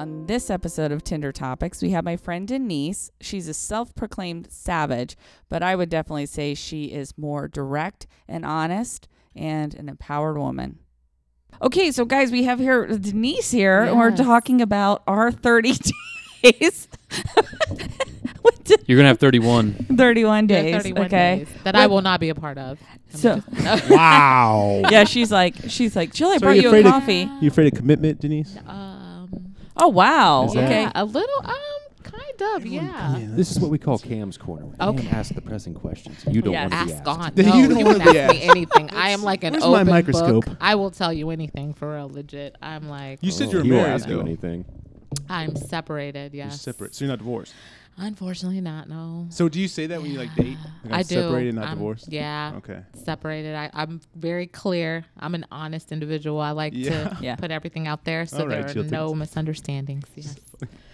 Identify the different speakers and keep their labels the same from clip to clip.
Speaker 1: On this episode of Tinder Topics, we have my friend Denise. She's a self proclaimed savage, but I would definitely say she is more direct and honest and an empowered woman. Okay, so guys, we have here Denise here. and We're
Speaker 2: Yes.
Speaker 1: talking about our 30 days. What did-
Speaker 3: You're gonna have 31.
Speaker 1: 31
Speaker 2: There are
Speaker 1: days.
Speaker 2: 31
Speaker 1: okay.
Speaker 2: days that I will not be a part of. I'm
Speaker 1: So-
Speaker 2: just-
Speaker 4: Wow.
Speaker 1: Yeah, she's like, she's like, Jill, I
Speaker 4: So
Speaker 1: brought
Speaker 4: you
Speaker 1: you a
Speaker 4: afraid of-
Speaker 1: coffee.
Speaker 4: You afraid of commitment, Denise?
Speaker 2: um,
Speaker 1: Oh, wow.
Speaker 4: Is that-
Speaker 1: Okay.
Speaker 2: yeah, a little, um, kind of, yeah.
Speaker 4: This is what we call Cam's corner. When
Speaker 2: Okay.
Speaker 4: Cam asks the pressing questions. You don't
Speaker 1: Yeah.
Speaker 4: want to be
Speaker 2: Ask
Speaker 4: asked.
Speaker 2: on.
Speaker 4: You
Speaker 2: No,
Speaker 4: don't
Speaker 2: you
Speaker 4: wanna
Speaker 2: can
Speaker 4: be
Speaker 2: ask me anything. I am like an
Speaker 4: Where's my
Speaker 2: open
Speaker 4: microscope?
Speaker 2: book. I will tell you anything for real, legit. I'm like,
Speaker 5: You said
Speaker 4: Oh,
Speaker 5: you were
Speaker 4: he won't
Speaker 5: married,
Speaker 4: ask you
Speaker 5: though.
Speaker 4: anything.
Speaker 2: I'm separated.
Speaker 5: You're
Speaker 2: Yes,
Speaker 5: separate, so you're not divorced.
Speaker 2: Unfortunately, not no.
Speaker 5: So do you say that when you like date? Like, I'm
Speaker 2: I do.
Speaker 5: Separated, not
Speaker 2: I'm-
Speaker 5: divorced.
Speaker 2: Yeah.
Speaker 5: Okay.
Speaker 2: separated. I, I'm very clear. I'm an honest individual. I like
Speaker 5: Yeah.
Speaker 2: to
Speaker 1: Yeah.
Speaker 2: put everything out there so
Speaker 5: All right,
Speaker 2: there are
Speaker 5: Jill,
Speaker 2: no
Speaker 5: thanks.
Speaker 2: misunderstandings. Yes.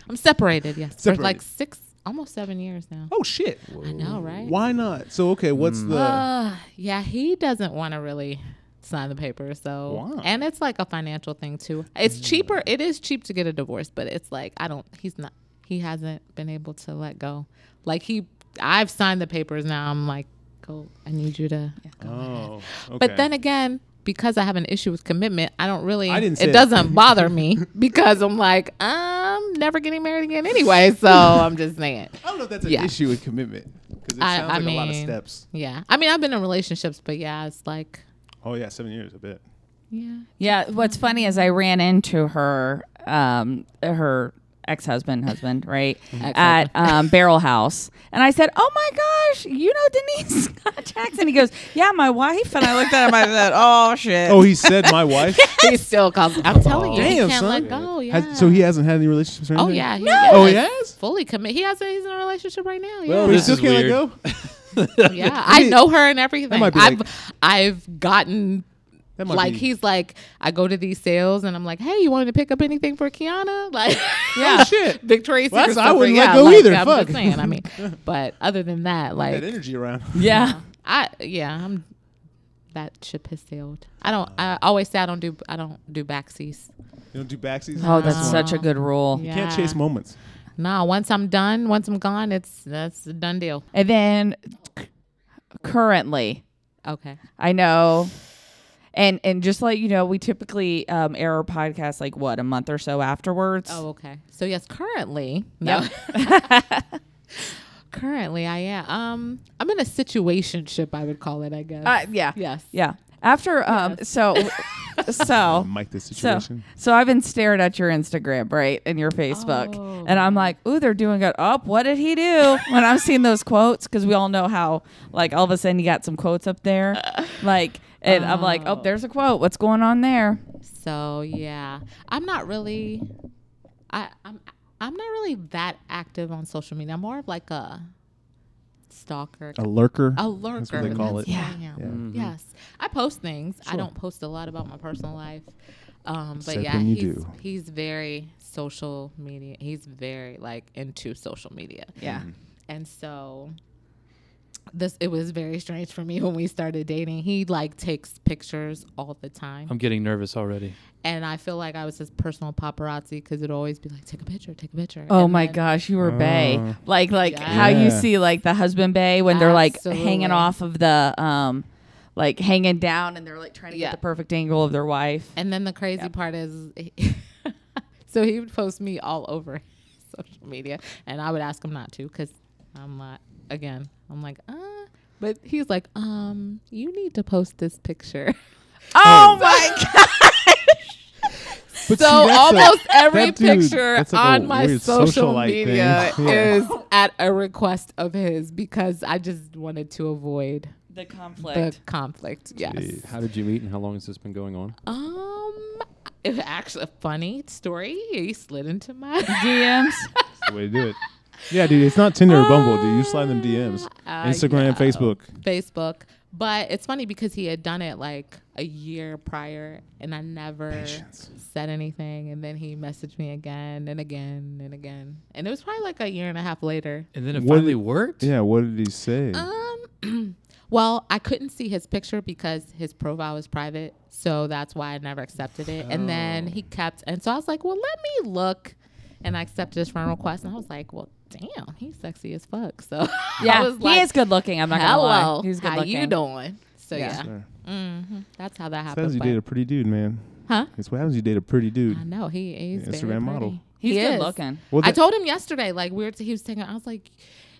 Speaker 2: I'm separated, yes. For like
Speaker 5: Separated.
Speaker 2: six almost seven years now.
Speaker 5: Oh shit.
Speaker 2: I know, right?
Speaker 5: Why not? So okay, what's the?
Speaker 2: Uh, yeah, he doesn't want to really sign the paper. So
Speaker 5: Why?
Speaker 2: and it's like a financial thing too. It's cheaper. It is cheap to get a divorce, but it's like I don't. He's not. He hasn't been able to let go. Like he, I've signed the papers. Now I'm like, go. I need you to. Go ahead.
Speaker 5: oh. Okay.
Speaker 2: But then again. Because I have an issue with commitment, I don't really.
Speaker 5: I didn't
Speaker 2: it
Speaker 5: say-
Speaker 2: doesn't bother me because I'm like I'm never getting married again anyway. So I'm just saying.
Speaker 5: I don't know if that's an
Speaker 2: Yeah.
Speaker 5: issue with commitment because it
Speaker 2: I-
Speaker 5: sounds
Speaker 2: I
Speaker 5: like a lot of
Speaker 2: mean-
Speaker 5: steps.
Speaker 2: Yeah, I mean I've been in relationships, but yeah, it's like
Speaker 5: Oh yeah, seven years, a bit.
Speaker 2: yeah,
Speaker 1: Yeah, what's funny is I ran into her, um, her ex-husband, husband, right, at um, Barrel House, and I said, "Oh my gosh, you know Denise Scott Jackson?" He goes, "Yeah, my wife." And I looked at him, I said, "Oh shit."
Speaker 5: Oh, he said my wife.
Speaker 2: he still calls. I'm telling you,
Speaker 5: Damn,
Speaker 2: he can't
Speaker 5: son.
Speaker 2: let go. Yeah.
Speaker 5: Has, so he hasn't had any relationships or
Speaker 2: Oh
Speaker 5: anything.
Speaker 2: yeah. He,
Speaker 5: Oh, he
Speaker 2: yeah,
Speaker 5: has?
Speaker 2: Fully commit. He has. A, he's in a relationship right now. Yeah.
Speaker 3: Well,
Speaker 5: But he
Speaker 3: This
Speaker 5: still
Speaker 3: is
Speaker 5: can't
Speaker 3: weird.
Speaker 5: let go.
Speaker 2: yeah. I
Speaker 5: mean,
Speaker 2: know her and everything.
Speaker 5: might
Speaker 2: I've
Speaker 5: be like-
Speaker 2: I've gotten.
Speaker 5: That might
Speaker 2: Like
Speaker 5: be-
Speaker 2: he's like, I go to these sales and I'm like, hey, you wanted to pick up anything for Kiana? Like,
Speaker 5: Oh, shit.
Speaker 2: Victoria's
Speaker 5: Well,
Speaker 2: Secret.
Speaker 5: that's- I wouldn't let
Speaker 2: yeah,
Speaker 5: go
Speaker 2: like,
Speaker 5: either,
Speaker 2: I'm
Speaker 5: fuck.
Speaker 2: just saying. I mean, but other than that,
Speaker 5: that
Speaker 2: like,
Speaker 5: energy around.
Speaker 1: yeah.
Speaker 2: I yeah, I'm that ship has sailed. I don't. I always say I don't do. I don't do backseas.
Speaker 5: You don't do backseats.
Speaker 1: Oh, that's
Speaker 2: Wow.
Speaker 1: such a good rule.
Speaker 2: Yeah.
Speaker 5: You can't chase moments.
Speaker 2: Nah, once I'm done, once I'm gone, it's that's a done deal.
Speaker 1: And then, c- currently,
Speaker 2: Okay.
Speaker 1: I know. And and just like you know, we typically um, air our podcast like what a month or so afterwards.
Speaker 2: Oh, okay. So yes, currently, no.
Speaker 1: Yep.
Speaker 2: currently, I am. Um, I'm in a situationship. I would call it. I guess.
Speaker 1: Uh, yeah,
Speaker 2: yes.
Speaker 1: yeah. After um, so
Speaker 2: Oh.
Speaker 1: so
Speaker 5: Mike, this
Speaker 1: So,
Speaker 5: situation.
Speaker 1: so I've been staring at your Instagram, right, and your Facebook,
Speaker 2: Oh.
Speaker 1: and I'm like, "Ooh, they're doing good." Up, what did he do? when I'm seeing those quotes, because we all know how, like, all of a sudden you got some quotes up there, like, and I'm like, "Oh,
Speaker 2: Oh.
Speaker 1: there's a quote. What's going on there?"
Speaker 2: So yeah, I'm not really. I I'm I'm not really that active on social media. I'm more of like a stalker.
Speaker 4: A lurker.
Speaker 2: A lurker. That's
Speaker 5: what they call it.
Speaker 2: what I
Speaker 5: Yeah.
Speaker 2: am. Yes. I post things. I don't post a lot about my personal life. Um, but
Speaker 4: Except
Speaker 2: yeah,
Speaker 4: when you
Speaker 2: he's,
Speaker 4: do.
Speaker 2: he's very social media. He's very like into social media.
Speaker 1: Yeah,
Speaker 2: And so this it was very strange for me when we started dating. He like takes pictures all the time.
Speaker 3: I'm getting nervous already.
Speaker 2: and I feel like I was his personal paparazzi because it'd always be like, take a picture, take a picture.
Speaker 1: Oh
Speaker 2: And
Speaker 1: my
Speaker 2: then-
Speaker 1: gosh, you were Bay. Like like
Speaker 2: Yeah.
Speaker 1: how you
Speaker 4: Yeah.
Speaker 1: see like the husband Bay when they're like hanging
Speaker 2: Absolutely.
Speaker 1: off of the um like hanging down and they're like trying to
Speaker 2: Yeah.
Speaker 1: get the perfect angle of their wife.
Speaker 2: And then the crazy part is, so he would post me all over social media, and I would ask him not to because I'm not. Again, I'm like, uh, but he's like, um, you need to post this picture.
Speaker 1: Oh, my god.
Speaker 5: But see,
Speaker 2: So
Speaker 5: that's a-
Speaker 2: almost every
Speaker 5: that dude-
Speaker 2: picture
Speaker 5: that's like a
Speaker 2: on my
Speaker 5: weird
Speaker 2: social
Speaker 5: socialite thing.
Speaker 2: media
Speaker 5: Yeah.
Speaker 2: is at a request of his because I just wanted to avoid
Speaker 1: The
Speaker 2: the
Speaker 1: conflict.
Speaker 2: conflict. Yes.
Speaker 4: Jeez.
Speaker 3: How did you meet, and how long has this been going on?
Speaker 2: Um, it- actually, a funny story. He slid into my
Speaker 1: DMs.
Speaker 5: That's the way to do it. Yeah, dude, it's not Tinder or Bumble, dude. You slide them DMs.
Speaker 2: Uh,
Speaker 5: Instagram,
Speaker 2: yeah.
Speaker 5: Facebook.
Speaker 2: Facebook. But it's funny because he had done it like a year prior and I never
Speaker 5: Patience.
Speaker 2: said anything. And then he messaged me again and again and again. And it was probably like a year and a half later.
Speaker 3: And then it
Speaker 5: What-
Speaker 3: finally worked.
Speaker 5: Yeah, what did he say?
Speaker 2: Um, well, I couldn't see his picture because his profile was private,
Speaker 5: Oh.
Speaker 2: so that's why I never accepted it. And then he kept, and so I was like, well, let me look. and I accepted his friend request. And I was like, well, damn, he's sexy as fuck. So I
Speaker 1: Yeah,
Speaker 2: was like,
Speaker 1: he is good looking. I'm not gonna
Speaker 2: hello,
Speaker 1: lie. He's good
Speaker 2: how
Speaker 1: looking.
Speaker 2: you doing? So
Speaker 1: Yeah.
Speaker 2: yeah,
Speaker 5: Sure.
Speaker 2: hmm that's how that
Speaker 5: Says
Speaker 2: happened.
Speaker 5: you
Speaker 2: but-
Speaker 5: date a pretty dude, man.
Speaker 2: Huh?
Speaker 5: That's what happens. You date a pretty dude.
Speaker 2: I know he is
Speaker 5: Yeah,
Speaker 2: very
Speaker 5: Instagram model.
Speaker 2: pretty.
Speaker 1: He's
Speaker 2: He
Speaker 1: good
Speaker 2: is.
Speaker 1: looking.
Speaker 5: Well,
Speaker 2: I
Speaker 5: that-
Speaker 2: told him yesterday, like we were, he was taking. I was like,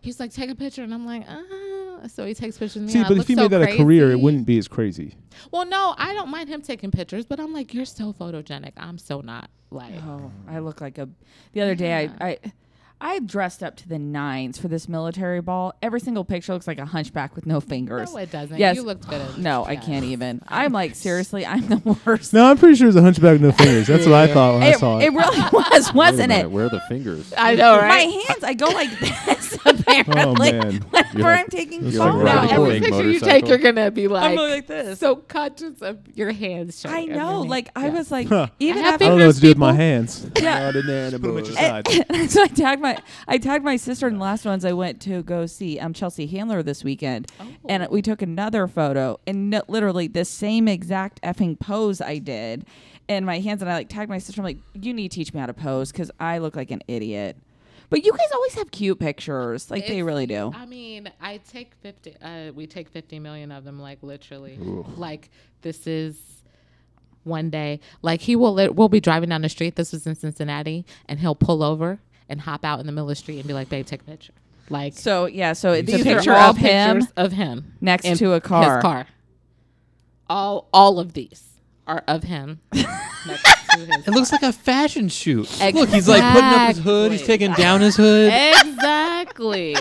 Speaker 2: he's like, take a picture, and I'm like, uh So he takes pictures. Of me
Speaker 5: see,
Speaker 2: and I
Speaker 5: but
Speaker 2: look
Speaker 5: if you
Speaker 2: so
Speaker 5: made that a career, it
Speaker 2: crazy.
Speaker 5: wouldn't be as crazy.
Speaker 2: Well, no, I don't mind him taking pictures, but I'm like, you're so photogenic. I'm so not. Like,
Speaker 1: Oh, I look like a. The other day, I, I I dressed up to the nines for this military ball. Every single picture looks like a hunchback with no fingers.
Speaker 2: no, it doesn't.
Speaker 1: Yes.
Speaker 2: You looked good. As
Speaker 1: No, I
Speaker 2: yeah.
Speaker 1: can't even. I'm like seriously, I'm the worst.
Speaker 5: No, I'm pretty sure it was a hunchback with no fingers. That's what I thought when I
Speaker 1: it,
Speaker 5: saw
Speaker 1: it
Speaker 5: it.
Speaker 1: really was,
Speaker 3: Wait a
Speaker 1: wasn't
Speaker 3: minute,
Speaker 1: it?
Speaker 3: Where are the fingers?
Speaker 2: I know,
Speaker 1: My
Speaker 2: right?
Speaker 1: hands, I go like this apparently.
Speaker 5: oh man,
Speaker 1: Whenever
Speaker 3: You're like-
Speaker 1: I'm taking
Speaker 5: you're
Speaker 1: photos,
Speaker 2: No,
Speaker 5: like Riding a
Speaker 2: every
Speaker 5: big
Speaker 2: picture you take,
Speaker 3: motorcycle.
Speaker 2: you're gonna be like,
Speaker 1: I'm like this.
Speaker 2: so conscious of your hands.
Speaker 1: I
Speaker 2: showing
Speaker 1: know.
Speaker 2: everything.
Speaker 1: Like I
Speaker 2: Yeah.
Speaker 1: was like,
Speaker 5: Huh.
Speaker 1: even
Speaker 2: I have
Speaker 1: after
Speaker 5: I don't know what to do with my hands.
Speaker 1: Yeah.
Speaker 5: Not an animal.
Speaker 1: And- so I tagged my I tagged my sister in the last ones I went to go see um Chelsea Handler this weekend, and
Speaker 2: Oh.
Speaker 1: we took another photo and no, literally the same exact effing pose I did, and my hands and I like tagged my sister. I'm like, you need to teach me how to pose because I look like an idiot. But you guys always have cute pictures, like they
Speaker 2: It's-
Speaker 1: really do.
Speaker 2: I mean, I take fifty. Uh, we take fifty million of them, like literally. Like this is one day. Like he will. Lit- we'll be driving down the street. This was in Cincinnati, and he'll pull over and hop out in the middle of the street and be like, "Babe, take a picture." Like
Speaker 1: So yeah, so it's a
Speaker 2: these
Speaker 1: picture
Speaker 2: are all
Speaker 1: of him.
Speaker 2: pictures of him
Speaker 1: next
Speaker 2: in
Speaker 1: to a car.
Speaker 2: His car. All all of these are of him. next to his
Speaker 3: It looks like a fashion shoot.
Speaker 2: Look, he's, like, putting up his hood, he's Exactly.
Speaker 3: taking down his hood.
Speaker 2: exactly.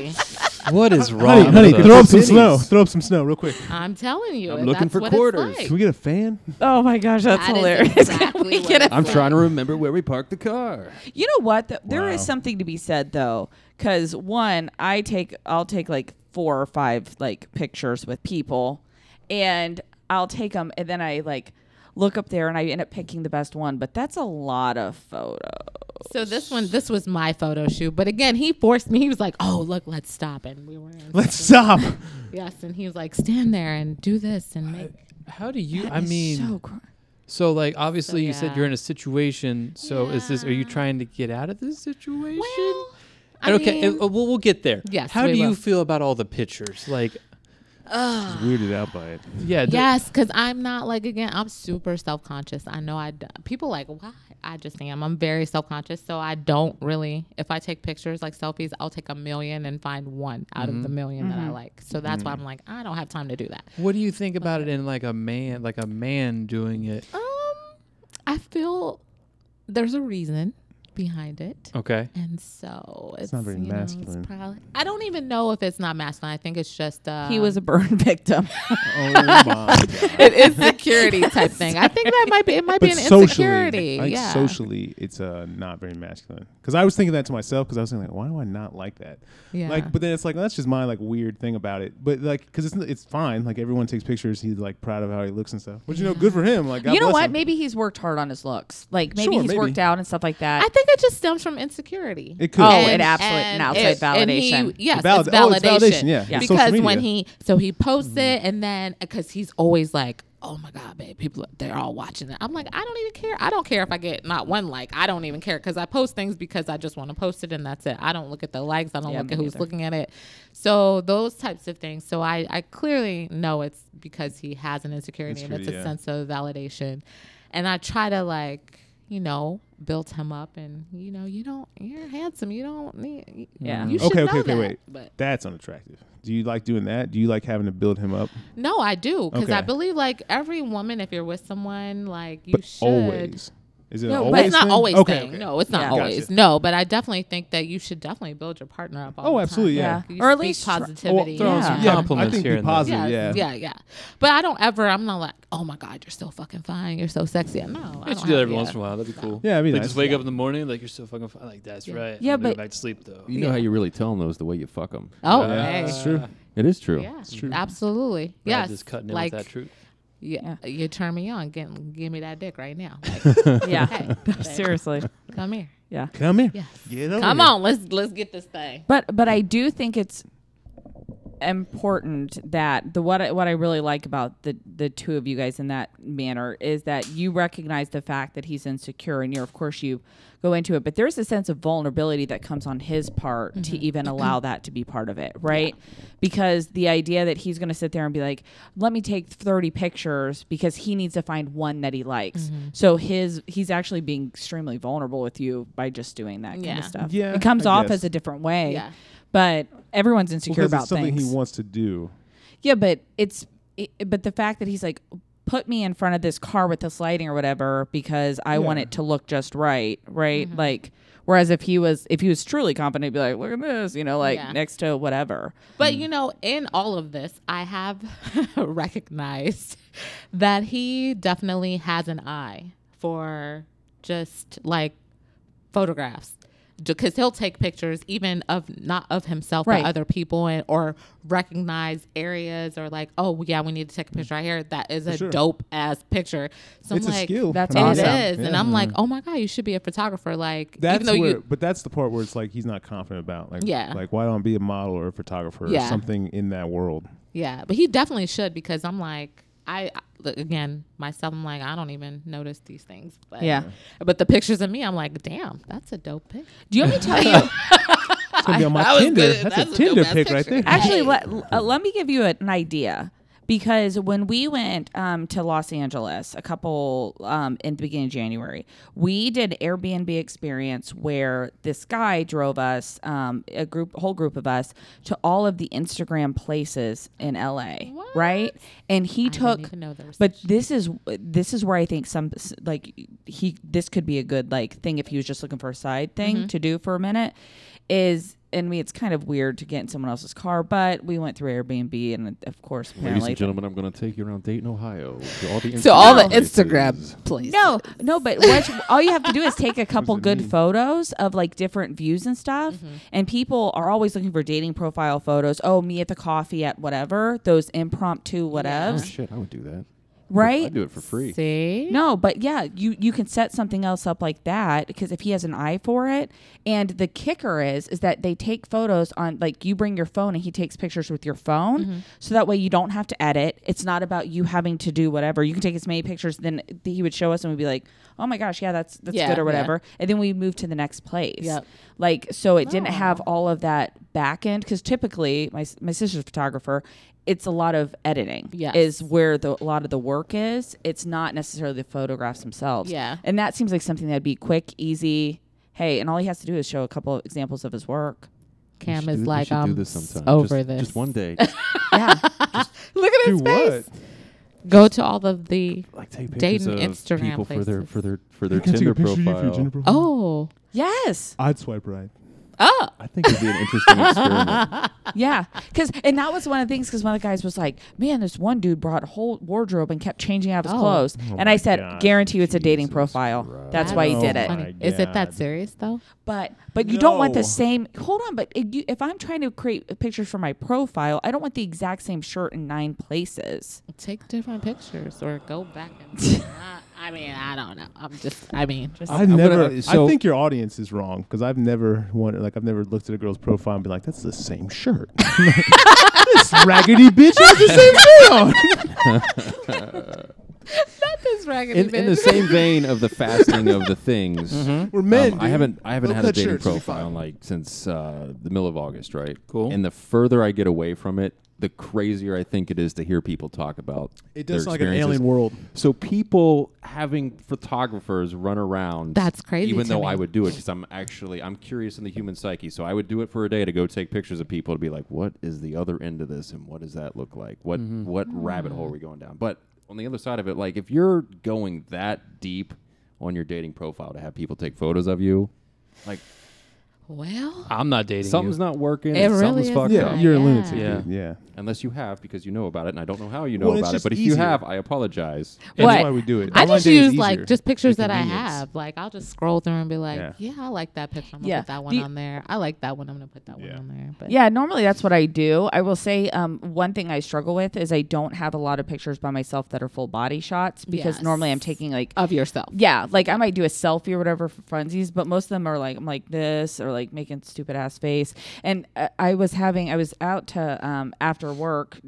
Speaker 3: What is
Speaker 5: Honey,
Speaker 3: wrong?
Speaker 5: honey, throw up some snow. Throw up some snow real quick.
Speaker 2: I'm telling you.
Speaker 3: I'm looking
Speaker 2: that's
Speaker 3: for
Speaker 2: what it's
Speaker 3: quarters.
Speaker 2: like.
Speaker 5: Can we get a fan?
Speaker 1: Oh my gosh, that's
Speaker 2: That is
Speaker 1: hilarious!
Speaker 2: exactly
Speaker 1: Can we
Speaker 2: what
Speaker 1: get a
Speaker 2: it's
Speaker 3: I'm
Speaker 2: like.
Speaker 3: trying to remember where we parked the car.
Speaker 1: You know what? Th- There is
Speaker 5: Wow.
Speaker 1: something to be said though, because one, I take, I'll take like four or five like pictures with people, and I'll take them, and then I like look up there, and I end up picking the best one. But that's a lot of photos.
Speaker 2: So this one, this was my photo shoot, but again, he forced me. He was like, "Oh, look, let's stop," and we were. In
Speaker 5: Let's stop.
Speaker 2: Yes, and he was like, "Stand there and do this and make."
Speaker 3: How do you?
Speaker 1: That
Speaker 3: I
Speaker 1: is
Speaker 3: mean,
Speaker 1: so
Speaker 3: so,
Speaker 1: cr-
Speaker 3: like obviously you
Speaker 2: yeah.
Speaker 3: said you're in a situation. So is this? Are you
Speaker 2: Yeah.
Speaker 3: trying to get out of this situation?
Speaker 2: Well, I
Speaker 3: And okay,
Speaker 2: mean,
Speaker 3: uh, uh, we'll we'll get there.
Speaker 2: Yes,
Speaker 3: How
Speaker 2: we
Speaker 3: do you
Speaker 2: will.
Speaker 3: feel about all the pictures? Like,
Speaker 5: Weirded out by it.
Speaker 3: yeah, the-
Speaker 2: yes, because I'm not like again. I'm super self conscious. I know I. d- People like why I just am. I'm very self conscious, so I don't really. If I take pictures like selfies, I'll take a million and find one out
Speaker 5: Mm-hmm.
Speaker 2: of the 1000000 that
Speaker 1: Mm-hmm.
Speaker 2: I like. So that's why I'm like, I don't have time to do that.
Speaker 3: What do you think about it in like a man, like a man doing it?
Speaker 2: Um, I feel there's a reason behind it.
Speaker 3: Okay.
Speaker 2: And so it's,
Speaker 5: not very
Speaker 2: you know, it's
Speaker 5: masculine.
Speaker 2: probably, I don't even know if it's not masculine. I think it's just uh,
Speaker 1: he was a burn victim.
Speaker 5: Oh my god.
Speaker 2: it is security type thing. I think that might be it might
Speaker 5: But
Speaker 2: be an
Speaker 5: socially,
Speaker 2: insecurity.
Speaker 5: I think
Speaker 2: yeah.
Speaker 5: socially, it's uh, not very masculine. Because I was thinking that to myself. Because I was thinking, like, why do I not like that?
Speaker 2: yeah.
Speaker 5: Like, but then it's like well, that's just my like weird thing about it. But like, because it's it's fine. Like everyone takes pictures. He's like proud of how he looks and stuff. Which you know, good for him. Like, God
Speaker 1: you know
Speaker 5: bless
Speaker 1: what?
Speaker 5: him.
Speaker 1: Maybe he's worked hard on his looks. Like maybe
Speaker 5: Sure,
Speaker 1: he's
Speaker 5: maybe.
Speaker 1: worked out and stuff like that.
Speaker 2: I think it just stems from insecurity.
Speaker 5: It could.
Speaker 1: Oh,
Speaker 5: And-
Speaker 1: it absolutely an outside
Speaker 2: and he-
Speaker 1: validation.
Speaker 2: yes,
Speaker 5: Valid-
Speaker 2: it's
Speaker 5: oh, it's
Speaker 2: validation.
Speaker 5: validation, yeah. Yeah. Social
Speaker 2: Because when
Speaker 5: media.
Speaker 2: he
Speaker 5: Mm-hmm.
Speaker 2: so he posts it and then because he's always like, oh my god, babe, people they're all watching it. I'm like, I don't even care. I don't care if I get not one like. I don't even care because I post things because I just want to post it and that's it. I don't look at the likes. I don't
Speaker 1: Yeah,
Speaker 2: look
Speaker 1: me
Speaker 2: at who's
Speaker 1: neither.
Speaker 2: looking at it. So those types of things. So I I clearly know it's because he has an insecurity and it's a
Speaker 5: Insecurity, yeah.
Speaker 2: sense of validation, and I try to like. You know, build him up, and you know, you don't. You're handsome. You don't need.
Speaker 1: Yeah.
Speaker 2: You should
Speaker 5: Okay,
Speaker 2: know
Speaker 5: okay, okay,
Speaker 2: that.
Speaker 5: wait.
Speaker 2: But
Speaker 5: That's unattractive. Do you like doing that? Do you like having to build him up?
Speaker 2: no, I do because I
Speaker 5: Okay.
Speaker 2: believe like every woman, if you're with someone, like you
Speaker 5: but
Speaker 2: should.
Speaker 5: always. Is it
Speaker 1: No,
Speaker 5: an
Speaker 1: but
Speaker 5: always?
Speaker 2: But it's not
Speaker 5: thing?
Speaker 2: always
Speaker 5: Okay,
Speaker 2: thing.
Speaker 5: okay.
Speaker 2: No, it's not
Speaker 1: Yeah.
Speaker 2: always.
Speaker 5: Gotcha.
Speaker 2: No, but I definitely think that you should definitely build your partner up. All
Speaker 5: Oh,
Speaker 2: the time.
Speaker 5: absolutely, yeah.
Speaker 2: You
Speaker 1: Or at
Speaker 2: speak
Speaker 1: least try-
Speaker 2: positivity.
Speaker 1: throw in some
Speaker 5: Yeah,
Speaker 2: yeah.
Speaker 5: I
Speaker 3: Compliments
Speaker 5: think
Speaker 3: here
Speaker 5: be
Speaker 3: and there.
Speaker 5: positive.
Speaker 2: Yes, yeah.
Speaker 5: Yeah.
Speaker 2: yeah, But I don't ever. I'm not like, oh my god, you're so fucking fine. You're so sexy. No, I
Speaker 3: I
Speaker 2: don't
Speaker 3: should do that
Speaker 2: have-
Speaker 3: every
Speaker 2: yeah.
Speaker 3: once in a while. That'd be cool.
Speaker 5: Yeah, I mean,
Speaker 3: like
Speaker 5: that's-
Speaker 3: just wake up in the morning, like you're so fucking. Fine. Like that's
Speaker 2: Yeah.
Speaker 3: right.
Speaker 1: Yeah,
Speaker 3: I'm gonna
Speaker 1: but-
Speaker 3: go back to sleep though.
Speaker 4: You know how you really tell them though is the way you fuck them.
Speaker 2: Oh,
Speaker 5: Yeah.
Speaker 2: hey.
Speaker 5: It's true.
Speaker 4: It is true.
Speaker 2: Yeah,
Speaker 5: true.
Speaker 2: absolutely.
Speaker 3: Yeah,
Speaker 2: Yes,
Speaker 3: just cutting in
Speaker 2: like
Speaker 3: with that truth.
Speaker 2: yeah, you turn me on. Get, give me that dick right now. Like,
Speaker 1: yeah,
Speaker 2: hey, babe,
Speaker 1: seriously.
Speaker 2: come here.
Speaker 1: Yeah.
Speaker 5: Come here.
Speaker 2: Yes.
Speaker 5: Get over
Speaker 2: Come
Speaker 5: here.
Speaker 2: on, let's let's get this thing.
Speaker 1: But but I do think it's important that the what I, what I really like about the the two of you guys in that manner is that you recognize the fact that he's insecure and you're of course you go into it but there's a sense of vulnerability that comes on his part to even allow that to be part of it right because the idea that he's going to sit there and be like let me take 30 pictures because he needs to find one that he likes so his he's actually being extremely vulnerable with you by just doing that kind
Speaker 2: Yeah.
Speaker 1: of stuff
Speaker 5: Yeah,
Speaker 1: it comes
Speaker 5: I
Speaker 1: off
Speaker 5: guess.
Speaker 1: as a different way
Speaker 2: Yeah.
Speaker 1: but everyone's insecure
Speaker 5: because
Speaker 1: about
Speaker 5: it's something
Speaker 1: things
Speaker 5: he wants to do.
Speaker 1: yeah, but it's i but the fact that he's like put me in front of this car with this lighting or whatever because I want
Speaker 5: Yeah.
Speaker 1: it to look just right, right?
Speaker 2: Mm-hmm.
Speaker 1: Like whereas if he was if he was truly confident, he'd be like, look at this, you know, like
Speaker 2: Yeah.
Speaker 1: next to whatever.
Speaker 2: But
Speaker 5: Mm.
Speaker 2: you know, in all of this, I have recognized that he definitely has an eye for just like photographs because he'll take pictures even of not of himself
Speaker 1: Right.
Speaker 2: but other people and or recognize areas or like oh yeah we need to take a picture right here that is a
Speaker 5: sure.
Speaker 2: dope ass picture so
Speaker 5: It's
Speaker 2: i'm
Speaker 5: a
Speaker 2: like
Speaker 5: skill.
Speaker 1: that's
Speaker 5: I mean,
Speaker 2: it is
Speaker 1: awesome.
Speaker 2: and
Speaker 5: Yeah.
Speaker 2: i'm like oh my god you should be a photographer like
Speaker 5: That's
Speaker 2: even though
Speaker 5: where,
Speaker 2: you
Speaker 5: but that's the part where it's like he's not confident about, like,
Speaker 2: Yeah.
Speaker 5: like why don't I be a model or a photographer or
Speaker 2: Yeah.
Speaker 5: something in that world?
Speaker 2: Yeah, but he definitely should because I'm like I I- look again myself. I'm like I don't even notice these things. But
Speaker 1: Yeah.
Speaker 2: But the pictures of me, I'm like, damn, that's a dope pic.
Speaker 1: Do you want me to tell you?
Speaker 5: It's gonna be on my
Speaker 2: that was
Speaker 5: Tinder.
Speaker 2: good.
Speaker 5: That's,
Speaker 2: That's
Speaker 5: a
Speaker 2: a
Speaker 5: Tinder
Speaker 2: dope-ass
Speaker 5: pic right
Speaker 2: picture.
Speaker 5: there.
Speaker 1: Actually,
Speaker 2: Hey.
Speaker 1: let uh, let me give you an idea because when we went um, to Los Angeles a couple um, in the beginning of January, we did an Airbnb experience where this guy drove us, um, a group, whole group of us, to all of the Instagram places in LA,
Speaker 2: What?
Speaker 1: right? And he
Speaker 2: I
Speaker 1: took.
Speaker 2: didn't even know there was
Speaker 1: But this is this is where I think some like he this could be a good like thing if he was just looking for a side thing to do for a minute is and we it's kind of weird to get in someone else's car but we went through Airbnb and of course
Speaker 4: Ladies and
Speaker 1: apparently
Speaker 4: gentlemen, I'm going to take you around Dayton, Ohio. To all the Instagram
Speaker 2: so all the
Speaker 4: places.
Speaker 2: Instagram please.
Speaker 1: no no but what all you have to do is take a couple good photos of like different views and stuff and people are always looking for dating profile photos oh me at the coffee at whatever those impromptu
Speaker 4: Oh
Speaker 1: whatevs
Speaker 4: shit, I would do that.
Speaker 1: right
Speaker 4: I'd do it for free.
Speaker 2: See.
Speaker 1: No, but yeah, you you can set something else up like that because if he has an eye for it, and the kicker is is that they take photos on like you bring your phone and he takes pictures with your phone,
Speaker 2: Mm-hmm.
Speaker 1: so that way you don't have to edit. It's not about you having to do whatever. You can take as many pictures. Then he would show us and we'd be like, oh my gosh, yeah, that's that's
Speaker 2: Yeah,
Speaker 1: good or
Speaker 2: yeah.
Speaker 1: whatever, and then we move to the next place.
Speaker 2: Yep.
Speaker 1: Like so, it didn't have all of that back end because typically my my sister's a photographer. It's a lot of editing.
Speaker 2: Yes.
Speaker 1: Is is where the, a lot of the work is. It's not necessarily the photographs themselves.
Speaker 2: Yeah.
Speaker 1: And that seems like something that'd be quick, easy. Hey, and all he has to do is show a couple of examples of his work.
Speaker 4: We
Speaker 2: Cam
Speaker 4: should
Speaker 2: is
Speaker 4: do- we
Speaker 2: like
Speaker 4: should
Speaker 2: um
Speaker 4: do this sometime.
Speaker 2: over
Speaker 4: just,
Speaker 2: this.
Speaker 4: Just one day,
Speaker 1: Yeah.
Speaker 2: Look at
Speaker 5: Do
Speaker 2: his face.
Speaker 5: what?
Speaker 2: Go to all of the
Speaker 4: like take pictures
Speaker 2: Dayton
Speaker 4: of
Speaker 2: Instagram
Speaker 4: people for their
Speaker 2: places.
Speaker 4: for their for
Speaker 5: You
Speaker 4: their
Speaker 5: can take
Speaker 4: Tinder
Speaker 5: a picture of you for your
Speaker 4: profile.
Speaker 5: Tinder profile.
Speaker 2: oh
Speaker 1: yes.
Speaker 5: I'd swipe right.
Speaker 2: oh
Speaker 4: I think it'd be an interesting experiment.
Speaker 1: Yeah. Cause and that was one of the things because one of the guys was like, Man, this one dude brought a whole wardrobe and kept changing out his
Speaker 2: Oh.
Speaker 1: clothes. and I said,
Speaker 5: gosh.
Speaker 1: Guarantee you it's a dating
Speaker 4: Jesus
Speaker 1: profile.
Speaker 4: Christ.
Speaker 1: That's why he
Speaker 5: That's
Speaker 1: did
Speaker 5: so
Speaker 1: it.
Speaker 2: Oh
Speaker 5: funny. My
Speaker 2: Is it
Speaker 5: God.
Speaker 2: that serious though?
Speaker 1: But but you don't want
Speaker 5: No.
Speaker 1: the same. Hold on, but if, you, if I'm trying to create pictures for my profile, I don't want the exact same shirt in nine places.
Speaker 2: Take different pictures or go back. And, I mean, I don't know. I'm just. I mean, just
Speaker 5: I
Speaker 4: I'm gonna-
Speaker 5: never. I
Speaker 4: so-
Speaker 5: think your audience is wrong because I've never wanted, like I've never looked at a girl's profile and be like, that's the same shirt. this raggedy bitch has the same shirt on.
Speaker 2: this raggedy
Speaker 4: In, in the same vein of the fasting of the things,
Speaker 5: We're men.
Speaker 4: Um, I
Speaker 5: dude.
Speaker 4: haven't I haven't
Speaker 5: Low
Speaker 4: had a
Speaker 5: cut
Speaker 4: dating
Speaker 5: shirts will be
Speaker 4: profile
Speaker 5: fine.
Speaker 4: like since uh, the middle of August, right?
Speaker 3: Cool.
Speaker 4: And the further I get away from it, the crazier I think it is to hear people talk about
Speaker 5: It does
Speaker 4: their
Speaker 5: sound like an
Speaker 4: experiences.
Speaker 5: alien world.
Speaker 4: So people having photographers run around.
Speaker 2: That's crazy
Speaker 4: Even
Speaker 2: to
Speaker 4: though
Speaker 2: me.
Speaker 4: I would do it because I'm actually I'm curious in the human psyche, so I would do it for a day to go take pictures of people to be like, what is the other end of this, and what does that look like? What
Speaker 2: Mm-hmm.
Speaker 4: what rabbit hole are we going down? But on the other side of it, like if you're going that deep on your dating profile to have people take photos of you, like
Speaker 2: well,
Speaker 3: I'm not dating
Speaker 4: something's
Speaker 3: you.
Speaker 4: not working,
Speaker 2: It
Speaker 4: something's
Speaker 2: really
Speaker 4: fucked
Speaker 2: is
Speaker 5: Yeah,
Speaker 4: up.
Speaker 2: not.
Speaker 5: you're a
Speaker 2: Yeah.
Speaker 5: lunatic.
Speaker 3: Yeah.
Speaker 5: dude. Yeah.
Speaker 4: Unless you have, because you know about it, and I don't know how you know
Speaker 5: Well, it's
Speaker 4: about it.
Speaker 5: just
Speaker 4: But if you
Speaker 5: easier.
Speaker 4: have, I apologize.
Speaker 5: That's
Speaker 2: What?
Speaker 5: why we do it.
Speaker 2: I
Speaker 5: Online
Speaker 2: just
Speaker 5: dating is
Speaker 2: use like
Speaker 5: easier.
Speaker 2: just pictures
Speaker 5: The
Speaker 2: that I
Speaker 5: convenience.
Speaker 2: have. Like I'll just scroll through and be like,
Speaker 5: Yeah.
Speaker 2: yeah, I like that picture. I'm gonna
Speaker 1: Yeah.
Speaker 2: put that one
Speaker 1: The-
Speaker 2: on there. I like that one. I'm gonna put that
Speaker 5: Yeah.
Speaker 2: one on there. But
Speaker 1: Yeah, normally that's what I do. I will say um, one thing I struggle with is I don't have a lot of pictures by myself that are full body shots because
Speaker 2: Yes.
Speaker 1: normally I'm taking like
Speaker 2: of yourself.
Speaker 1: yeah, like I might do a selfie or whatever for funsies, but most of them are like I'm like this or like making stupid ass face. And uh, I was having I was out to um, after work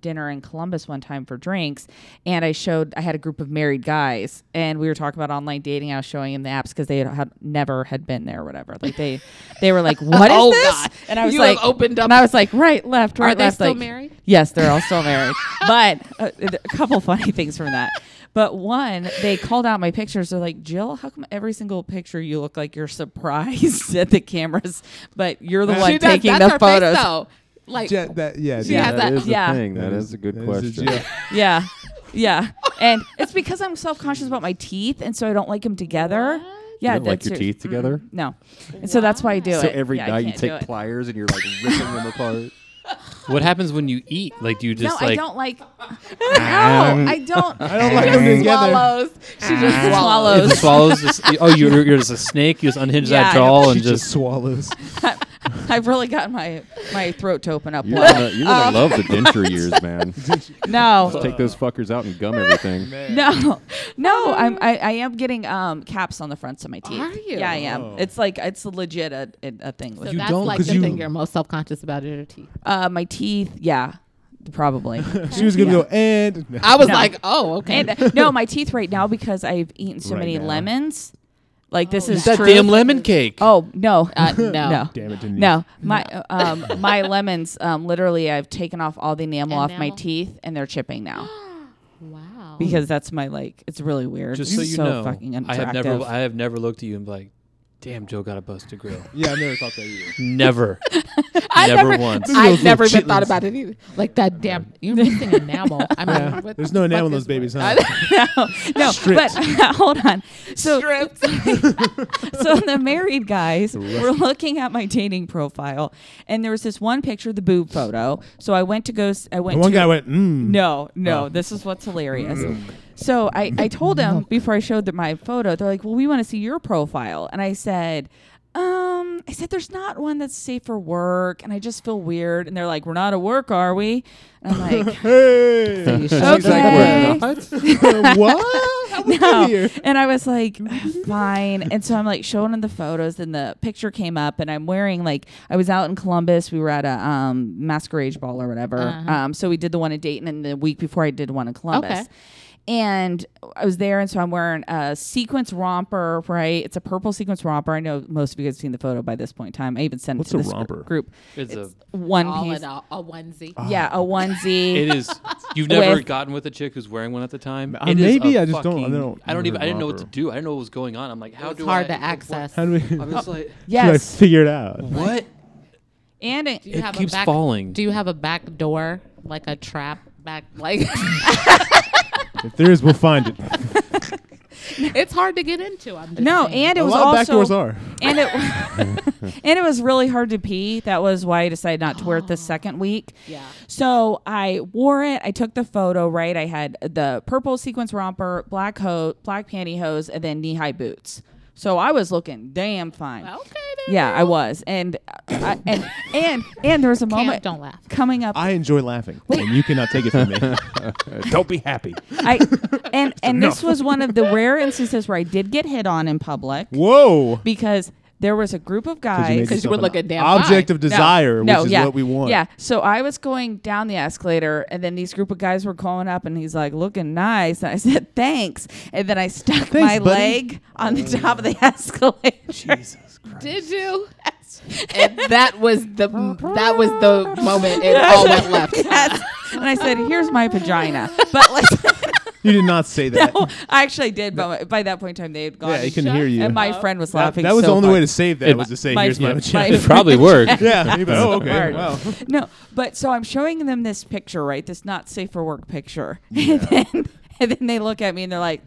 Speaker 1: dinner in Columbus one time for drinks, and I showed I had a group of married guys, and we were talking about online dating. I was showing them the apps because they had, had never had been there or whatever. Like they they were like, "What is
Speaker 2: Oh,
Speaker 1: this?"
Speaker 2: God.
Speaker 1: And I was
Speaker 2: You
Speaker 1: like,
Speaker 2: have opened up-
Speaker 1: and I was like, "Right, left, right,
Speaker 2: Are they
Speaker 1: left."
Speaker 2: still
Speaker 1: like-
Speaker 2: married?
Speaker 1: Yes, they're all still married. but uh, a couple funny things from that. But one, they called out my pictures. They're like, Jill, how come every single picture you look like you're surprised at the cameras, but you're the one
Speaker 2: She does-
Speaker 1: taking
Speaker 2: that's
Speaker 1: the
Speaker 2: her
Speaker 1: photos?
Speaker 2: Face, though. Like
Speaker 5: Yeah, that, yeah,
Speaker 2: She has
Speaker 5: yeah.
Speaker 2: that-
Speaker 4: that is the
Speaker 1: yeah.
Speaker 4: thing. that is a good
Speaker 5: that is
Speaker 4: question.
Speaker 5: yeah.
Speaker 1: yeah, yeah. And it's because I'm self conscious about my teeth, and so I don't like them together. Yeah,
Speaker 4: You don't like
Speaker 1: that's
Speaker 4: your
Speaker 1: serious.
Speaker 4: teeth together?
Speaker 1: Mm, No, and so that's why I do
Speaker 4: So
Speaker 1: it.
Speaker 4: every
Speaker 1: Yeah, I
Speaker 4: night you
Speaker 1: can't do
Speaker 4: take
Speaker 1: it.
Speaker 4: pliers and you're like ripping them apart.
Speaker 3: What happens when you eat? Like, do you
Speaker 1: No,
Speaker 3: just
Speaker 1: I
Speaker 3: like?
Speaker 1: don't like. No, I don't. Ah.
Speaker 5: I don't like them together.
Speaker 2: swallows. She just
Speaker 1: Swallows.
Speaker 2: swallows.
Speaker 3: It just swallows. Just, oh, you're, you're just a snake. You just unhinge
Speaker 1: Yeah, I
Speaker 3: that jaw
Speaker 5: She
Speaker 3: and
Speaker 5: just,
Speaker 3: just.
Speaker 5: swallows.
Speaker 1: I've really got my my throat to open up.
Speaker 4: You're
Speaker 1: wide.
Speaker 4: gonna, you're gonna love the denture years, man.
Speaker 1: No,
Speaker 4: Take those fuckers out and gum everything.
Speaker 1: No, no, I'm I, I am getting um caps on the fronts of my teeth.
Speaker 2: Are you?
Speaker 1: Yeah, I
Speaker 5: Oh.
Speaker 1: am. It's like it's legit a, a a thing with me.
Speaker 2: So
Speaker 3: You
Speaker 2: that's
Speaker 3: don't-
Speaker 2: like
Speaker 5: 'cause
Speaker 2: the
Speaker 5: you-
Speaker 2: thing you're most self conscious about is your teeth.
Speaker 1: uh my teeth. Yeah, probably.
Speaker 5: She was gonna
Speaker 1: Yeah.
Speaker 5: go and
Speaker 2: I was
Speaker 1: No.
Speaker 2: like, oh, okay.
Speaker 1: and uh, no, my teeth right now because I've eaten so
Speaker 5: Right
Speaker 1: many
Speaker 5: now.
Speaker 1: lemons. Like this is
Speaker 3: that
Speaker 1: true.
Speaker 3: damn lemon cake.
Speaker 1: oh no,
Speaker 2: Uh, no.
Speaker 1: no.
Speaker 5: damn it, Denise.
Speaker 1: No, my uh, um my lemons um literally I've taken off all the enamel off my
Speaker 2: Enamel?
Speaker 1: teeth and they're chipping now
Speaker 2: Wow.
Speaker 1: because that's my like it's really weird.
Speaker 3: just
Speaker 1: It's
Speaker 3: so you
Speaker 1: so
Speaker 3: know,
Speaker 1: fucking
Speaker 3: I
Speaker 1: unattractive.
Speaker 3: have never, I have never looked at you and be like, "Damn, Joe got a busted grill."
Speaker 5: Yeah, I never thought that either.
Speaker 3: Never,
Speaker 2: I
Speaker 3: never,
Speaker 2: never-
Speaker 3: once.
Speaker 5: Those
Speaker 2: I
Speaker 5: little
Speaker 2: never even
Speaker 5: chitlins.
Speaker 2: thought about it either. Like that damn, you're missing enamel. I mean,
Speaker 5: Yeah.
Speaker 2: what
Speaker 5: There's
Speaker 2: the
Speaker 5: no
Speaker 2: fuck
Speaker 5: enamel on
Speaker 2: is
Speaker 5: those babies,
Speaker 2: wrong?
Speaker 5: huh?
Speaker 1: no, no,
Speaker 5: Stripped.
Speaker 1: but hold on. So, so the married guys were looking at my dating profile, and there was this one picture, the boob photo. So I went to go. s- I went.
Speaker 5: And one
Speaker 1: to,
Speaker 5: guy went, mm.
Speaker 1: No, no, this is what's hilarious. So I, I told him before I showed them my photo, they're like, well, we want to see your profile. And I said, um, I said, there's not one that's safe for work. And I just feel weird. And they're like, we're not at work, are we? And I'm like,
Speaker 5: Hey,
Speaker 1: She's like, Okay.
Speaker 5: what? How we
Speaker 1: No.
Speaker 5: get here?
Speaker 1: And I was like, fine. And so I'm like showing him the photos, and the picture came up, and I'm wearing like I was out in Columbus. We were at a um, masquerade ball or whatever.
Speaker 2: Uh-huh.
Speaker 1: Um, so we did the one in Dayton, and the week before I did one in Columbus.
Speaker 2: Okay.
Speaker 1: And I was there, and so I'm wearing a sequence romper, right? It's a purple sequence romper. I know most of you guys have seen the photo by this point in time. I even sent
Speaker 5: What's
Speaker 1: it to
Speaker 5: a
Speaker 1: this gr-
Speaker 5: romper?
Speaker 1: group.
Speaker 3: It's a,
Speaker 1: One
Speaker 2: all
Speaker 1: piece.
Speaker 2: in all, a onesie.
Speaker 1: Yeah, a onesie.
Speaker 3: it is. You've never
Speaker 1: With-
Speaker 3: gotten with a chick who's wearing one at the time.
Speaker 5: Uh,
Speaker 3: It is
Speaker 5: maybe,
Speaker 3: a
Speaker 5: I just don't- I
Speaker 3: fucking-
Speaker 5: don't
Speaker 3: I don't even. I didn't know what to
Speaker 5: remember.
Speaker 3: do. I didn't know what was going on. I'm like, how
Speaker 2: it's
Speaker 3: do
Speaker 2: hard to
Speaker 3: I? like,
Speaker 2: access.
Speaker 5: How do we?
Speaker 3: What? I'm just like,
Speaker 5: should I
Speaker 1: yes.
Speaker 5: figure it out?
Speaker 3: what?
Speaker 1: and it,
Speaker 2: Do you
Speaker 3: It
Speaker 2: have
Speaker 3: keeps
Speaker 2: a back,
Speaker 3: falling.
Speaker 2: Do you have a back door, like a trap back? Like
Speaker 5: If there is, we'll find it.
Speaker 2: it's hard to get into. I'm just
Speaker 1: no,
Speaker 2: saying.
Speaker 1: and it
Speaker 5: a
Speaker 1: was
Speaker 5: lot of back
Speaker 1: also
Speaker 5: doors are.
Speaker 1: and it and it was really hard to pee. That was why I decided not to wear it the second week.
Speaker 2: Oh. Yeah.
Speaker 1: So I wore it. I took the photo. Right. I had the purple sequence romper, black coat, black pantyhose, and then knee high boots. So I was looking damn fine.
Speaker 2: okay. Then.
Speaker 1: Yeah, I was, and uh, I, and and and there was a
Speaker 2: Cam,
Speaker 1: moment
Speaker 2: don't laugh.
Speaker 1: coming up.
Speaker 5: I enjoy laughing, and you cannot take it from me.
Speaker 4: Don't be happy.
Speaker 1: I and and this was one of the rare instances where I did get hit on in public
Speaker 5: Whoa!
Speaker 1: because there was a group of
Speaker 5: made
Speaker 1: guys.
Speaker 2: Because you
Speaker 5: Something
Speaker 2: would look at damn
Speaker 5: Object
Speaker 2: fine.
Speaker 5: of desire,
Speaker 1: no,
Speaker 5: which is
Speaker 1: yeah,
Speaker 5: what we want.
Speaker 1: Yeah. So I was going down the escalator, and then these group of guys were going up, and he's like, "Looking nice," and I said, "Thanks," and then I stuck my
Speaker 5: buddy.
Speaker 1: leg on the top of the escalator.
Speaker 5: Jesus Christ.
Speaker 2: Did you? and that was the that was the moment it all went left.
Speaker 1: Yes. And I said, "Here's my vagina," but like,
Speaker 5: You did not say that.
Speaker 1: I actually did. But by that point in time, they had gone.
Speaker 5: yeah, he
Speaker 1: and
Speaker 5: couldn't
Speaker 2: shut
Speaker 5: hear you.
Speaker 1: and my
Speaker 2: up.
Speaker 1: friend was
Speaker 5: that,
Speaker 1: laughing.
Speaker 5: that was
Speaker 1: so
Speaker 5: the only
Speaker 1: hard.
Speaker 5: way to save that
Speaker 3: It-
Speaker 5: was to say,
Speaker 1: my-
Speaker 5: "Here's my
Speaker 1: my-
Speaker 5: vagina."
Speaker 3: It probably worked.
Speaker 5: Yeah. he was, oh, okay.
Speaker 1: Word.
Speaker 5: Wow.
Speaker 1: no, but so I'm showing them this picture, right? This not safe for work picture. And, then, and then they look at me and they're like,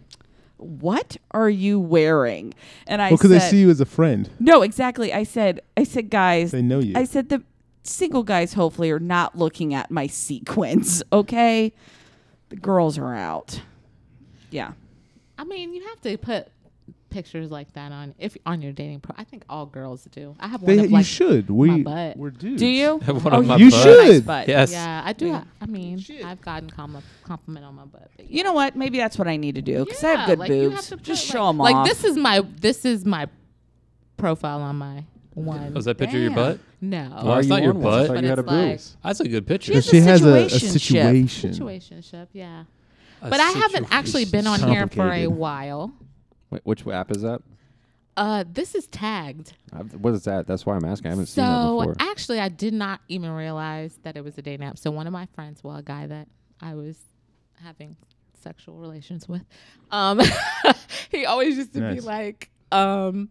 Speaker 1: what are you wearing? And I
Speaker 5: Well, because
Speaker 1: said,
Speaker 5: they see you as a friend.
Speaker 1: no, exactly. I said, I said, guys,
Speaker 5: They know you.
Speaker 1: I said, the single guys hopefully are not looking at my sequins, okay? The girls are out. Yeah.
Speaker 2: I mean, you have to put pictures like that on if on your dating pro. I think all girls do. I have one
Speaker 5: They,
Speaker 2: of
Speaker 5: you
Speaker 2: like
Speaker 5: should. We
Speaker 2: butt.
Speaker 5: we're dudes.
Speaker 1: Do you?
Speaker 3: Have one
Speaker 1: Oh,
Speaker 3: on my
Speaker 5: you
Speaker 3: butt.
Speaker 5: should.
Speaker 1: Nice butt.
Speaker 3: Yes.
Speaker 2: Yeah, I do.
Speaker 1: Yeah.
Speaker 2: I mean, I've gotten com- compliment on my butt. But
Speaker 1: You know what? Maybe that's what I need to do because I
Speaker 2: Yeah,
Speaker 1: have good
Speaker 2: like, you have
Speaker 1: boobs.
Speaker 2: to put,
Speaker 1: Just
Speaker 2: like-
Speaker 1: show them
Speaker 2: like
Speaker 1: off.
Speaker 2: this is my this is my profile on my one.
Speaker 3: Was that picture of your
Speaker 1: Damn.
Speaker 3: butt?
Speaker 2: no
Speaker 3: Why it's not your butt?
Speaker 4: I thought
Speaker 2: But
Speaker 4: you had a
Speaker 2: it's like-
Speaker 4: bruise.
Speaker 3: That's a good picture.
Speaker 1: She has
Speaker 5: she has a, a
Speaker 1: situationship.
Speaker 5: situation.
Speaker 2: situationship? Yeah,
Speaker 3: A
Speaker 2: but I haven't actually been on here for a
Speaker 5: Complicated.
Speaker 2: while.
Speaker 4: Wait, which app is that?
Speaker 2: Uh, this is tagged.
Speaker 4: I've, what is that? That's why I'm asking. I haven't seen that
Speaker 2: So
Speaker 4: before.
Speaker 2: actually, I did not even realize that it was a dating app. So one of my friends, well, a guy that I was having sexual relations with, um, he always used to be
Speaker 5: Nice.
Speaker 2: like, um,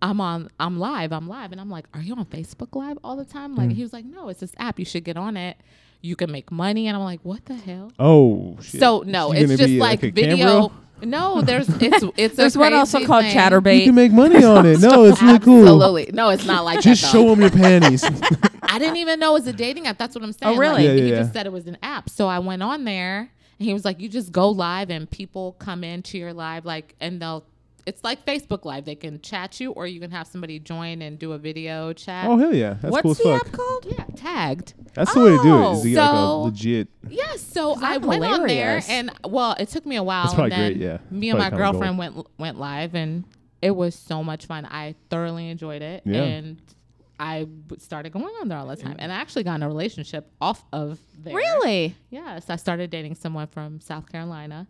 Speaker 2: "I'm on, I'm live, I'm live," and I'm like, "Are you on Facebook Live all the time?"
Speaker 4: Hmm.
Speaker 2: Like he was like, "No, it's this app. You should get on it. You can make money." And I'm like, "What the hell?"
Speaker 5: Oh shit.
Speaker 2: So no,
Speaker 5: You
Speaker 2: it's
Speaker 5: gonna
Speaker 2: just
Speaker 5: be
Speaker 2: like,
Speaker 5: a
Speaker 2: video.
Speaker 5: Cambro?
Speaker 2: No, there's it's it's
Speaker 1: There's
Speaker 2: a
Speaker 1: one also
Speaker 2: crazy
Speaker 1: called
Speaker 2: thing.
Speaker 1: Chatterbait.
Speaker 5: You can make money on it. No, it's really cool.
Speaker 2: Absolutely, no, it's not like
Speaker 5: Just
Speaker 2: that, though.
Speaker 5: show them your panties.
Speaker 2: I didn't even know it was a dating app. That's what I'm saying.
Speaker 1: Oh, really?
Speaker 2: Like,
Speaker 5: Yeah, yeah,
Speaker 2: he
Speaker 5: yeah.
Speaker 2: just said it was an app. So I went on there and he was like, you just go live and people come into your live, like, and they'll, it's like Facebook Live. They can chat you or you can have somebody join and do a video chat.
Speaker 5: oh hell yeah, that's
Speaker 1: What's
Speaker 5: cool as
Speaker 1: the
Speaker 5: fuck.
Speaker 1: app called?
Speaker 2: yeah, tagged.
Speaker 5: That's the way to do it. Is
Speaker 1: Oh,
Speaker 5: to get like a
Speaker 2: so-
Speaker 5: legit.
Speaker 2: Yeah, so
Speaker 1: Isn't that
Speaker 2: I went on there
Speaker 1: hilarious?
Speaker 2: and well, it took me a while.
Speaker 5: That's probably
Speaker 2: and then
Speaker 5: great, yeah.
Speaker 2: Me and
Speaker 5: Probably
Speaker 2: my
Speaker 5: kinda
Speaker 2: girlfriend went went live and it was so much fun. I thoroughly enjoyed it
Speaker 5: Yeah.
Speaker 2: and I w- started going on there all the time. And I actually got in a relationship off of there.
Speaker 1: Really?
Speaker 2: Yes, I started dating someone from South Carolina.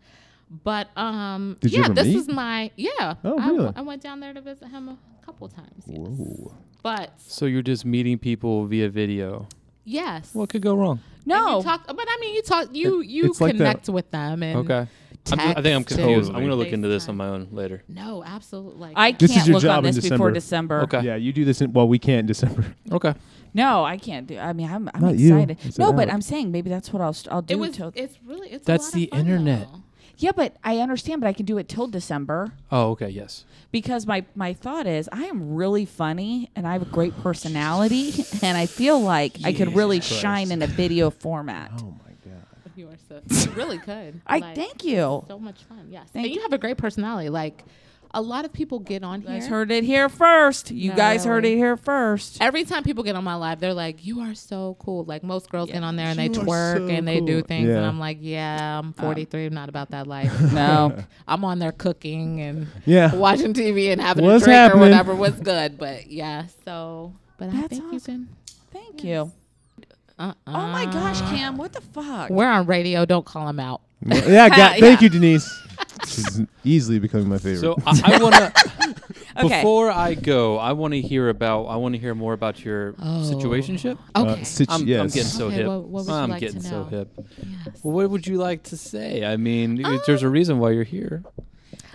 Speaker 2: But um
Speaker 5: Did you
Speaker 2: yeah,
Speaker 5: ever
Speaker 2: this
Speaker 5: meet?
Speaker 2: is my yeah.
Speaker 5: Oh,
Speaker 2: I w-
Speaker 5: really?
Speaker 2: I went down there to visit him a couple times. Yes.
Speaker 5: Whoa.
Speaker 2: But
Speaker 3: So you're just meeting people via video.
Speaker 2: yes.
Speaker 3: What could go wrong?
Speaker 2: And
Speaker 1: No.
Speaker 2: you talk, but I mean, you talk, you you
Speaker 5: it's like that-
Speaker 2: connect with them, and
Speaker 3: Okay. I'm, I think I'm
Speaker 2: text and
Speaker 3: confused. I'm gonna look
Speaker 2: FaceTime.
Speaker 3: into this on my own later.
Speaker 2: No, absolutely. Like,
Speaker 1: I
Speaker 5: This is
Speaker 1: can't
Speaker 5: your
Speaker 1: look
Speaker 5: job
Speaker 1: on
Speaker 5: in
Speaker 1: this before December.
Speaker 5: December.
Speaker 3: Okay.
Speaker 5: Yeah, you do this. in Well, we can't in December.
Speaker 3: Okay.
Speaker 1: No, I can't do. I mean, I'm, I'm
Speaker 5: Not you.
Speaker 1: excited.
Speaker 5: It's an
Speaker 1: No, but
Speaker 5: app.
Speaker 1: I'm saying maybe that's what I'll st- I'll do.
Speaker 2: it was.
Speaker 1: till,
Speaker 2: It's really. It's.
Speaker 3: That's
Speaker 2: a lot
Speaker 3: the
Speaker 2: of fun,
Speaker 3: internet.
Speaker 2: though.
Speaker 1: yeah, but I understand. But I can do it till December
Speaker 3: Oh, okay. Yes.
Speaker 1: because my my thought is I am really funny and I have a great personality and I feel like I could really
Speaker 3: Jesus Christ.
Speaker 1: shine in a video format.
Speaker 5: Oh my god.
Speaker 2: You are so. You really could.
Speaker 1: I
Speaker 2: Like,
Speaker 1: thank you.
Speaker 2: So much fun. Yes.
Speaker 1: Thank
Speaker 2: and you
Speaker 1: you.
Speaker 2: have a great personality. Like, a lot of people get on
Speaker 1: You guys
Speaker 2: here.
Speaker 1: heard it here first. You
Speaker 2: No,
Speaker 1: guys heard
Speaker 2: really.
Speaker 1: it here first.
Speaker 2: Every time people get on my live, they're like, "You are so cool." Like most girls get on there and they
Speaker 5: You are
Speaker 2: twerk
Speaker 5: so
Speaker 2: and they do
Speaker 5: cool.
Speaker 2: things, and
Speaker 5: Yeah. Um,
Speaker 2: I'm like, "Yeah, I'm 43. I'm not about that life.
Speaker 1: No.
Speaker 2: I'm on there cooking and
Speaker 5: Yeah.
Speaker 2: watching TV and having a
Speaker 5: What's
Speaker 2: drink
Speaker 5: happening?
Speaker 2: or whatever. What's good?" But yeah, so. But I
Speaker 1: That's
Speaker 2: think you
Speaker 1: awesome.
Speaker 2: can.
Speaker 1: Thank you.
Speaker 2: Uh-uh.
Speaker 1: Oh my gosh, Cam, what the fuck?
Speaker 2: We're on radio. Don't call him out.
Speaker 5: Well, yeah. God,
Speaker 1: Yeah.
Speaker 5: Thank you, Denise. She's easily becoming my favorite.
Speaker 3: So I, I wanna
Speaker 1: Okay.
Speaker 3: before I go, I wanna hear about I wanna hear more about your
Speaker 2: Oh.
Speaker 3: situationship.
Speaker 5: Uh,
Speaker 2: Okay.
Speaker 5: situ-
Speaker 3: I'm,
Speaker 5: yes.
Speaker 3: I'm getting so
Speaker 2: Okay,
Speaker 3: hip.
Speaker 2: what- what would you
Speaker 3: I'm
Speaker 2: like to
Speaker 3: getting so
Speaker 2: know?
Speaker 3: hip.
Speaker 2: Yes.
Speaker 3: Well, what would you like to say? I mean,
Speaker 2: Um,
Speaker 3: there's a reason why you're here.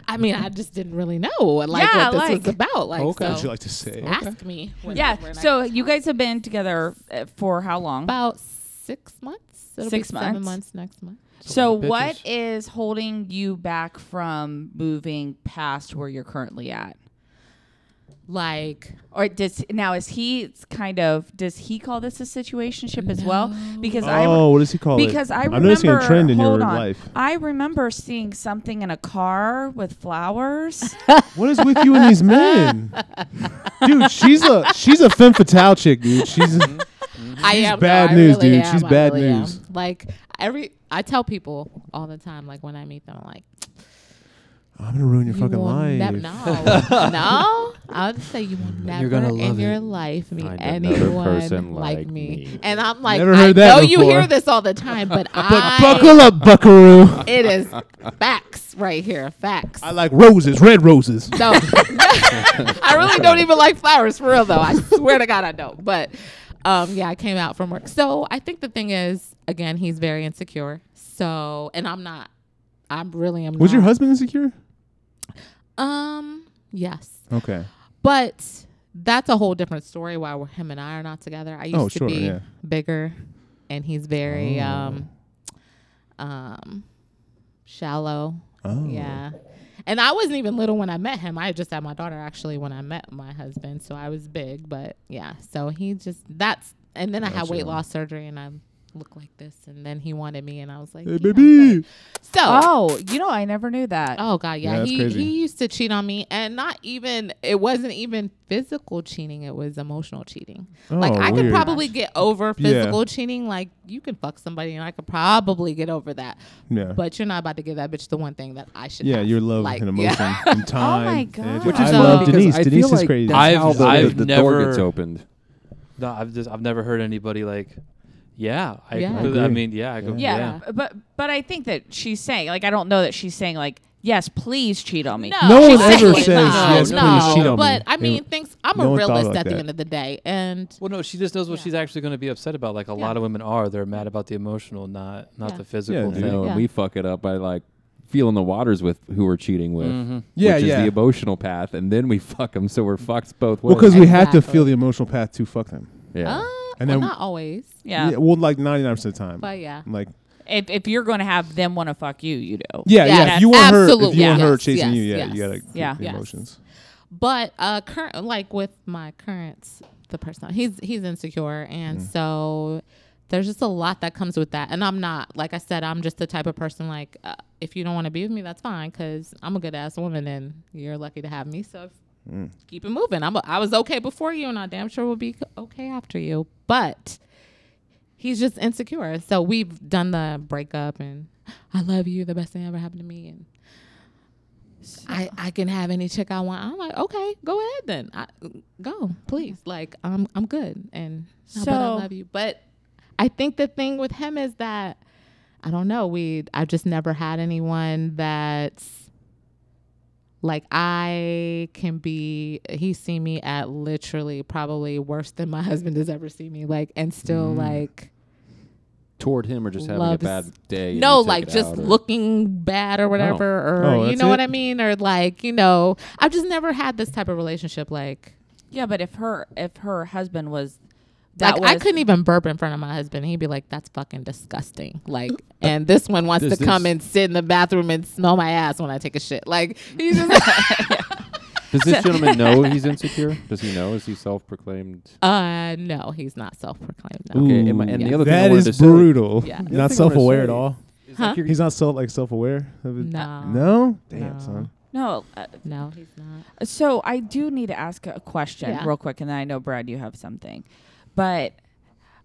Speaker 2: I mean, I just didn't really know like
Speaker 1: Yeah,
Speaker 2: what this
Speaker 1: like-
Speaker 2: was about. Like,
Speaker 3: Okay.
Speaker 2: so
Speaker 5: Would you like to say?
Speaker 2: ask me. when-
Speaker 1: Yeah.
Speaker 2: when I-
Speaker 1: So you guys have been together uh, for how long?
Speaker 2: about six months. It'll
Speaker 1: Six
Speaker 2: be seven
Speaker 1: months.
Speaker 2: months next month.
Speaker 1: So
Speaker 3: Bitches.
Speaker 1: what is holding you back from moving past where you're currently at?
Speaker 2: Like,
Speaker 1: Or does now is he it's kind of does he call this a situationship as well? Because I
Speaker 5: oh, what does he call
Speaker 1: because
Speaker 5: it?
Speaker 1: I remember
Speaker 5: I'm noticing a trend in
Speaker 1: hold
Speaker 5: your
Speaker 1: on.
Speaker 5: life.
Speaker 1: I remember seeing something in a car with flowers.
Speaker 5: What is with you and these men, dude? She's a she's a femme fatale chick, dude. She's
Speaker 2: I am no,
Speaker 5: bad
Speaker 2: I
Speaker 5: news,
Speaker 2: really
Speaker 5: dude.
Speaker 2: am.
Speaker 5: She's
Speaker 2: I
Speaker 5: bad
Speaker 2: really am.
Speaker 5: news.
Speaker 2: Like every, I tell people all the time. Like when I meet them, I'm like
Speaker 5: I'm gonna ruin your
Speaker 2: you
Speaker 5: fucking
Speaker 2: will
Speaker 5: life.
Speaker 2: nev- no, no. I'll just say you will never
Speaker 3: gonna
Speaker 2: in
Speaker 3: love
Speaker 2: your
Speaker 3: it.
Speaker 2: life meet
Speaker 4: Find another
Speaker 2: anyone
Speaker 4: person
Speaker 2: like,
Speaker 4: like
Speaker 2: me.
Speaker 4: me.
Speaker 2: And I'm like,
Speaker 5: Never
Speaker 2: I
Speaker 5: heard that
Speaker 2: know you
Speaker 5: before.
Speaker 2: hear this all the time, but, I
Speaker 5: Buckle up, Buckaroo.
Speaker 2: it is facts right here, facts.
Speaker 5: I like roses, red roses.
Speaker 2: So I really don't even like flowers for real though. I swear to God I don't. But um, yeah, I came out from work. So I think the thing is, again, he's very insecure. So and I'm not. I'm really am.
Speaker 5: Was your
Speaker 2: not.
Speaker 5: husband insecure?
Speaker 2: Um. Yes.
Speaker 5: Okay.
Speaker 2: But that's a whole different story why we're, him and I are not together. I used
Speaker 5: Oh,
Speaker 2: to
Speaker 5: sure,
Speaker 2: be
Speaker 5: yeah. Oh.
Speaker 2: bigger, and he's very um, um, shallow.
Speaker 5: Oh.
Speaker 2: Yeah. And I wasn't even little when I met him. I just had my daughter actually when I met my husband. So I was big, but yeah. So he just that's And then I had
Speaker 4: Gotcha.
Speaker 2: weight loss surgery and I look like this. And then he wanted me and I was like,
Speaker 5: Hey,
Speaker 2: "Yeah,
Speaker 5: baby.
Speaker 2: okay." So, oh,
Speaker 1: Oh, you know, I never knew that.
Speaker 2: God,
Speaker 5: Yeah,
Speaker 2: yeah.
Speaker 5: that's
Speaker 2: he,
Speaker 5: crazy.
Speaker 2: he used to cheat on me and not even, it wasn't even physical cheating. It was emotional cheating.
Speaker 5: Oh,
Speaker 2: like I could
Speaker 5: weird.
Speaker 2: probably get over
Speaker 5: Yeah.
Speaker 2: physical cheating. Like you can fuck somebody and I could probably get over that.
Speaker 5: Yeah.
Speaker 2: But you're not about to give that bitch the one thing that I should
Speaker 5: yeah,
Speaker 2: have.
Speaker 5: your love
Speaker 2: Like,
Speaker 5: and
Speaker 2: yeah. Oh
Speaker 5: emotion and time.
Speaker 1: my
Speaker 5: and
Speaker 1: God.
Speaker 5: energy.
Speaker 1: Which
Speaker 5: I
Speaker 2: is
Speaker 5: love
Speaker 2: odd because
Speaker 5: Denise.
Speaker 4: I feel
Speaker 5: Denise is
Speaker 4: like
Speaker 5: crazy.
Speaker 4: that's
Speaker 3: I've-
Speaker 4: how the,
Speaker 3: I've
Speaker 4: the door
Speaker 3: never-
Speaker 4: gets opened.
Speaker 3: No, I've just I've never heard anybody like, yeah, I
Speaker 2: Yeah. I
Speaker 3: completely- I
Speaker 5: agree.
Speaker 3: mean, yeah, I could,
Speaker 1: yeah,
Speaker 3: yeah.
Speaker 1: b- but but I think that she's saying like I don't know that she's saying like yes, please cheat on me.
Speaker 5: No one
Speaker 2: she's
Speaker 5: ever
Speaker 2: saying
Speaker 5: says,
Speaker 3: "Yes, please cheat
Speaker 5: on me."
Speaker 2: But I
Speaker 5: They-
Speaker 2: mean, thinks I'm
Speaker 5: no
Speaker 2: a
Speaker 5: one thought
Speaker 2: realist
Speaker 5: like
Speaker 2: at the
Speaker 5: that.
Speaker 2: end of the day, and
Speaker 3: Well, no, she just knows what
Speaker 2: Yeah.
Speaker 3: she's actually going to be upset about. Like a lot of women are, they're mad about the emotional, not not
Speaker 2: Yeah.
Speaker 3: the physical
Speaker 5: dude.
Speaker 4: You
Speaker 3: thing.
Speaker 4: know,
Speaker 2: Yeah.
Speaker 4: and we fuck it up by like feeling the waters with who we're cheating with.
Speaker 5: Yeah,
Speaker 4: which
Speaker 5: yeah.
Speaker 4: is the emotional path, and then we fuck them, so we're fucked both ways.
Speaker 5: well, because we had to
Speaker 2: Exactly.
Speaker 5: feel the emotional path to fuck them.
Speaker 4: yeah.
Speaker 2: uh,
Speaker 5: And
Speaker 2: well,
Speaker 5: then-
Speaker 2: not always,
Speaker 1: Yeah.
Speaker 5: well, like 99% of the time.
Speaker 2: but yeah.
Speaker 5: I'm like,
Speaker 1: If if you're going to have them want to fuck you, you do.
Speaker 5: yeah,
Speaker 2: Yes,
Speaker 5: yeah. If you want her, if you
Speaker 2: absolutely.
Speaker 5: want her
Speaker 2: Yes,
Speaker 5: chasing
Speaker 2: yes,
Speaker 5: you, yeah,
Speaker 2: yes.
Speaker 5: you gotta
Speaker 1: Yeah.
Speaker 5: keep the
Speaker 2: Yes.
Speaker 5: emotions.
Speaker 2: But uh, current like with my current the person he's he's insecure, and so there's just a lot that comes with that. And I'm not like I said, I'm just the type of person like uh, if you don't want to be with me, that's fine, because I'm a good ass woman, and you're lucky to have me. So keep it moving. I'm a, I was okay before you, and I damn sure will be okay after you. But he's just insecure. So we've done the breakup, and I love you, the best thing ever happened to me, and I I can have any chick I want. I'm like, okay, go ahead then, I, go please. Like I'm I'm good, and so I
Speaker 1: So-
Speaker 2: love you. But I think the thing with him is that I don't know. We I've just never had anyone that's like I can be he's seen me at literally probably worse than my husband has ever seen me like and still
Speaker 4: Mm.
Speaker 2: like
Speaker 4: Toward him, or just having
Speaker 2: Loves-
Speaker 4: a bad day. and
Speaker 2: no
Speaker 4: you take
Speaker 2: like
Speaker 4: it
Speaker 2: just
Speaker 4: out, or-
Speaker 2: looking bad or whatever or
Speaker 5: Oh,
Speaker 2: you
Speaker 5: that's
Speaker 2: know what
Speaker 5: it?
Speaker 2: I mean or like you know I've just never had this type of relationship like
Speaker 1: Yeah, but if her if her husband was that
Speaker 2: like
Speaker 1: was
Speaker 2: I couldn't even burp in front of my husband he'd be like that's fucking disgusting like and this one wants
Speaker 4: Uh, This-
Speaker 2: to come
Speaker 4: this-
Speaker 2: and sit in the bathroom and smell my ass when I take a shit like he's just like,
Speaker 4: Does this gentleman know he's insecure? Does he know? Is he self-proclaimed?
Speaker 2: uh no he's not self proclaimed no.
Speaker 4: Okay, and, my- and
Speaker 2: Yeah.
Speaker 4: the other thing I
Speaker 5: That
Speaker 4: wanted
Speaker 5: is
Speaker 4: to say
Speaker 5: brutal.
Speaker 2: Yeah. The
Speaker 5: Yeah.
Speaker 4: other
Speaker 5: Not
Speaker 4: thing I wanna
Speaker 5: self aware
Speaker 4: say
Speaker 5: at all.
Speaker 4: is like you're-
Speaker 5: He's not self like self aware.
Speaker 2: no
Speaker 5: No. Damn,
Speaker 2: No.
Speaker 5: son.
Speaker 1: no. Uh,
Speaker 2: no he's not
Speaker 1: so I do need to ask a question
Speaker 2: Yeah.
Speaker 1: real quick, and then I know Brad, you have something. But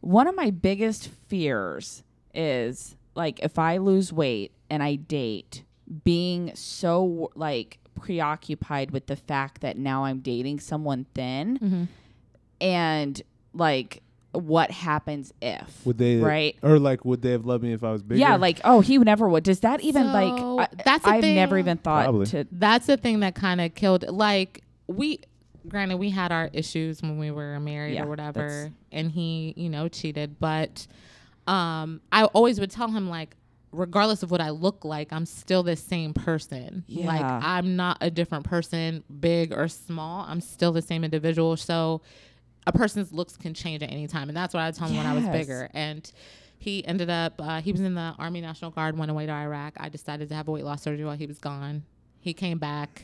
Speaker 1: one of my biggest fears is like if I lose weight and I date, being so like preoccupied with the fact that now I'm dating someone thin, and like what happens if
Speaker 5: Would they
Speaker 1: right
Speaker 5: or like would they have loved me if I was bigger?
Speaker 1: Yeah, like oh, he never would. Does that even
Speaker 2: So,
Speaker 1: like? I,
Speaker 2: that's the
Speaker 1: I've never
Speaker 2: thing.
Speaker 1: even thought
Speaker 5: Probably.
Speaker 1: to.
Speaker 2: that's the thing that kind of killed like we granted we had our issues when we were married
Speaker 1: Yeah,
Speaker 2: or whatever
Speaker 1: that's-
Speaker 2: and he you know cheated but um i always would tell him like regardless of what i look like i'm still the same person like
Speaker 1: Yeah.
Speaker 2: i'm not a different person big or small i'm still the same individual so a person's looks can change at any time and that's what i told him when i was
Speaker 1: Yes.
Speaker 2: bigger and he ended up uh, he was in the army national guard went away to iraq i decided to have a weight loss surgery while he was gone he came back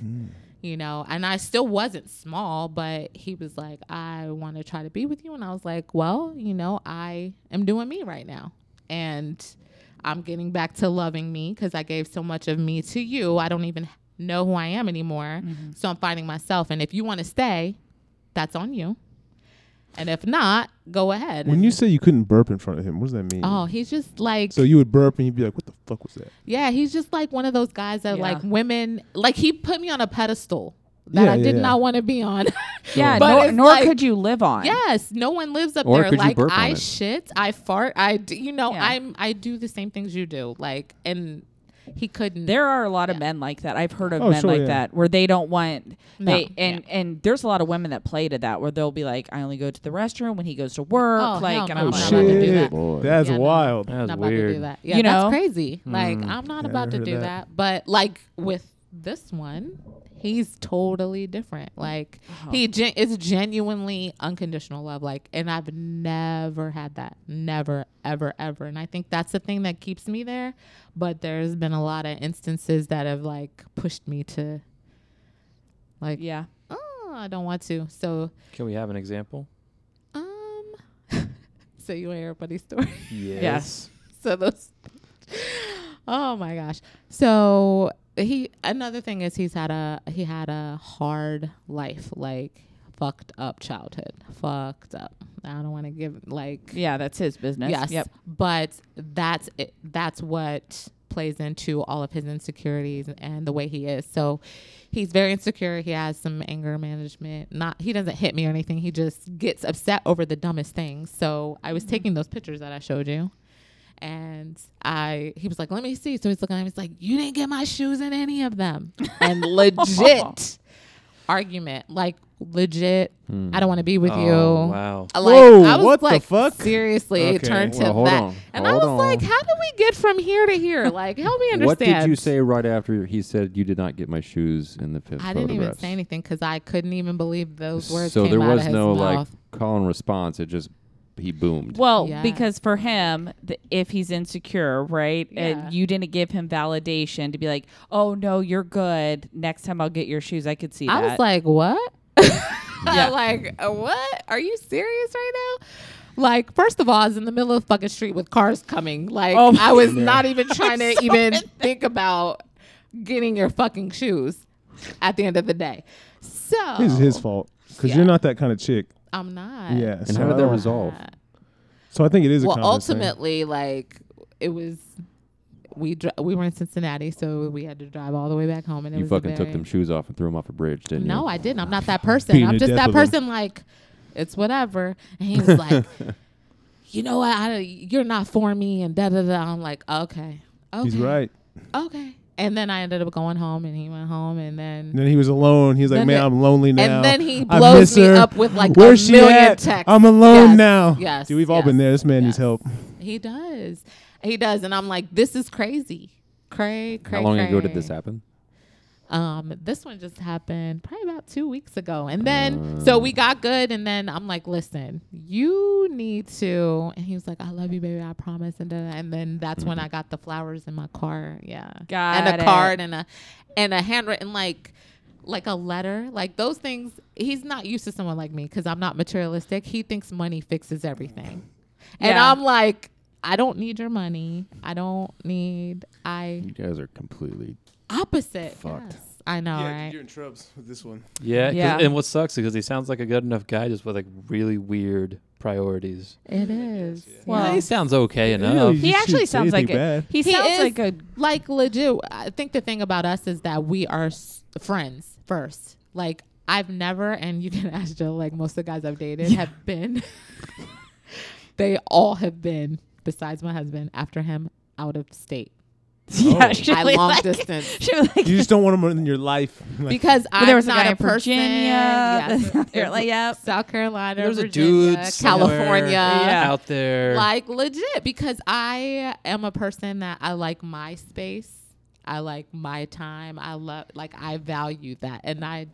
Speaker 2: you know and i still wasn't small but he was like i want to try to be with you and i was like well you know i am doing me right now and i'm getting back to loving me because i gave so much of me to you i don't even know who i am anymore so i'm finding myself and if you want to stay that's on you and if not go ahead
Speaker 5: when
Speaker 2: And-
Speaker 5: you say you couldn't burp in front of him, what does that mean?
Speaker 2: Oh, he's just like
Speaker 5: So you would burp and he'd be like, What the fuck was that?
Speaker 2: yeah, he's just like one of those guys that
Speaker 1: Yeah.
Speaker 2: like women like he put me on a pedestal that
Speaker 5: Yeah,
Speaker 2: I
Speaker 5: yeah,
Speaker 2: did
Speaker 5: yeah.
Speaker 2: not want to be on.
Speaker 1: Yeah,
Speaker 2: But
Speaker 1: nor,
Speaker 2: it's
Speaker 1: nor
Speaker 2: like-
Speaker 1: could you live on.
Speaker 2: yes, no one lives up
Speaker 4: Or
Speaker 2: there
Speaker 4: could you
Speaker 2: like
Speaker 4: burp on
Speaker 2: I
Speaker 4: it?
Speaker 2: shit, I fart, I d- you know,
Speaker 1: Yeah.
Speaker 2: I'm I do the same things you do. Like and he couldn't
Speaker 1: There are a lot of men like that. I've heard of
Speaker 5: Oh,
Speaker 1: men
Speaker 5: sure,
Speaker 1: like
Speaker 5: yeah.
Speaker 1: that where they don't want
Speaker 2: No,
Speaker 1: they and and there's a lot of women that play to that where they'll be like, I only go to the restroom when he goes to work.
Speaker 2: Oh, hell
Speaker 1: like, and
Speaker 2: no,
Speaker 1: I'm
Speaker 2: I'm
Speaker 1: like,
Speaker 2: not allowed to do that.
Speaker 4: Boy.
Speaker 5: That's
Speaker 2: Yeah, no.
Speaker 5: wild.
Speaker 3: That was
Speaker 2: not about to do
Speaker 3: weird.
Speaker 2: that. Yeah,
Speaker 1: You know?
Speaker 2: that's crazy. Like I'm not
Speaker 5: Yeah, I
Speaker 2: about to
Speaker 5: heard
Speaker 2: do
Speaker 5: that.
Speaker 2: that. But like with this one, he's totally different. Like
Speaker 1: Uh-huh.
Speaker 2: he gen- is genuinely unconditional love. Like, and I've never had that. Never, ever, ever. And I think that's the thing that keeps me there. But there's been a lot of instances that have like pushed me to, like,
Speaker 1: yeah.
Speaker 2: oh, I don't want to. So
Speaker 3: Can we have an example?
Speaker 2: um, So you want to hear a funny story?
Speaker 1: Yes.
Speaker 2: so those oh my gosh so he another thing is he's had a he had a hard life like fucked up childhood fucked up i don't want to give like
Speaker 1: Yeah, that's his business.
Speaker 2: yes
Speaker 1: Yep.
Speaker 2: but that's it, that's what plays into all of his insecurities and the way he is so he's very insecure he has some anger management not he doesn't hit me or anything he just gets upset over the dumbest things so i was taking those pictures that i showed you and I, he was like, let me see. So he's looking at me. He's like, you didn't get my shoes in any of them. And legit argument, like legit. I don't want to be with
Speaker 3: Oh,
Speaker 2: you.
Speaker 3: wow.
Speaker 2: Like,
Speaker 5: Whoa,
Speaker 2: I was
Speaker 5: what the
Speaker 2: like,
Speaker 5: fuck?
Speaker 2: Seriously, it
Speaker 5: Okay,
Speaker 2: turned
Speaker 4: well,
Speaker 2: to
Speaker 4: hold
Speaker 2: that.
Speaker 4: on,
Speaker 2: And
Speaker 4: hold
Speaker 2: I was like,
Speaker 4: on.
Speaker 2: how do we get from here to here? Like, help me understand.
Speaker 4: What did you say right after he said you did not get my shoes in the fifth
Speaker 2: I didn't
Speaker 4: photographs?
Speaker 2: even say anything because I couldn't even believe those words
Speaker 4: so
Speaker 2: came
Speaker 4: there
Speaker 2: out
Speaker 4: was
Speaker 2: of his
Speaker 4: no
Speaker 2: mouth.
Speaker 4: like call and response. It just he boomed.
Speaker 1: Well,
Speaker 2: Yeah.
Speaker 1: because for him, the, if he's insecure, right,
Speaker 2: Yeah.
Speaker 1: and you didn't give him validation to be like, "Oh no, you're good. Next time I'll get your shoes." I could see
Speaker 2: I
Speaker 1: that.
Speaker 2: was like, what?
Speaker 1: Yeah.
Speaker 2: like, uh, what? Are you serious right now? Like, first of all, I was in the middle of the fucking street with cars coming. Like,
Speaker 1: Oh,
Speaker 2: I was not even trying to even think about getting your fucking shoes at the end of the day. So
Speaker 5: This is his fault because
Speaker 2: Oh. Yeah.
Speaker 5: you're not that kind of chick.
Speaker 2: I'm not.
Speaker 5: Yeah.
Speaker 4: and
Speaker 5: so,
Speaker 4: how did
Speaker 5: I
Speaker 4: that
Speaker 5: don't-
Speaker 4: resolve?
Speaker 5: so I think it is a
Speaker 2: Uh, well,
Speaker 5: confidence thing.
Speaker 2: ultimately, like, it was. We dri- we were in Cincinnati, so we had to drive all the way back home, and it
Speaker 4: You
Speaker 2: was a
Speaker 4: fucking took
Speaker 2: very-
Speaker 4: them shoes off and threw them off a bridge, didn't you?
Speaker 2: No, I didn't. I'm not that
Speaker 5: Beat
Speaker 2: person.
Speaker 5: you
Speaker 2: I'm
Speaker 5: to
Speaker 2: just
Speaker 5: death
Speaker 2: that
Speaker 5: with 'em.
Speaker 2: person. Like, it's whatever. And he was like, you know what? I, you're not for me, and da da da. I'm like, okay, okay,
Speaker 5: He's right.
Speaker 2: okay. And then I ended up going home, and he went home, and
Speaker 5: And
Speaker 2: then
Speaker 5: then he was alone. He's like,
Speaker 2: Then
Speaker 5: man,
Speaker 2: it-
Speaker 5: I'm lonely now.
Speaker 2: then he
Speaker 5: I
Speaker 2: blows
Speaker 5: miss
Speaker 2: me
Speaker 5: her.
Speaker 2: up with, like, a
Speaker 5: Where's she
Speaker 2: million
Speaker 5: at?
Speaker 2: texts."
Speaker 5: I'm alone
Speaker 2: Yes,
Speaker 5: now.
Speaker 2: yes,
Speaker 5: Dude, we've all
Speaker 2: yes,
Speaker 5: been there. This man needs
Speaker 2: yes.
Speaker 5: help.
Speaker 2: he does, he does, and I'm like, this is crazy, cray, cray.
Speaker 4: How long ago did
Speaker 2: cray.
Speaker 4: this happen?
Speaker 2: Um, this one just happened probably about two weeks ago. And then so we got good and then I'm like, listen, you need to and he was like, I love you, baby, I promise. And then and then that's when I got the flowers in my car. Yeah.
Speaker 1: Got
Speaker 2: and a
Speaker 1: it.
Speaker 2: card and a and a handwritten like like a letter. Like those things he's not used to someone like me because I'm not materialistic. He thinks money fixes everything. And
Speaker 1: Yeah.
Speaker 2: I'm like, I don't need your money. I don't need I
Speaker 4: You guys are completely.
Speaker 2: opposite.
Speaker 4: Fucked.
Speaker 2: Yes. I know, right?
Speaker 5: in troubles with this one.
Speaker 3: Yeah, 'cause-
Speaker 1: Yeah.
Speaker 3: And what sucks is because he sounds like a good enough guy, just with like really weird priorities.
Speaker 2: It is.
Speaker 1: Well,
Speaker 3: he
Speaker 2: Yeah.
Speaker 3: sounds okay
Speaker 5: Yeah,
Speaker 3: enough.
Speaker 5: you
Speaker 1: he
Speaker 5: just
Speaker 1: actually
Speaker 5: shouldn't say
Speaker 1: sounds like
Speaker 5: anything
Speaker 1: a,
Speaker 5: bad.
Speaker 1: he
Speaker 2: He
Speaker 1: sounds
Speaker 2: is-
Speaker 1: like a
Speaker 2: like legit. I think the thing about us is that we are s- friends first. Like I've never, and you can ask Joe. Like most of the guys I've dated have been. they all have been, besides my husband, after him, out of state.
Speaker 1: yeah,
Speaker 5: Oh.
Speaker 1: she
Speaker 2: I
Speaker 1: was
Speaker 2: long
Speaker 1: like,
Speaker 2: distance.
Speaker 1: She was like,
Speaker 5: You just don't want him in your life. Like,
Speaker 2: Because I'm
Speaker 1: there was a
Speaker 2: not
Speaker 1: guy in
Speaker 2: person.
Speaker 1: Virginia.
Speaker 2: Yes.
Speaker 1: Apparently, yep.
Speaker 2: South Carolina.
Speaker 3: There's a
Speaker 2: Virginia,
Speaker 3: dude somewhere
Speaker 2: California.
Speaker 1: Yeah.
Speaker 3: out there.
Speaker 2: like legit because i am a person that i like my space i like my time i love like i value that and i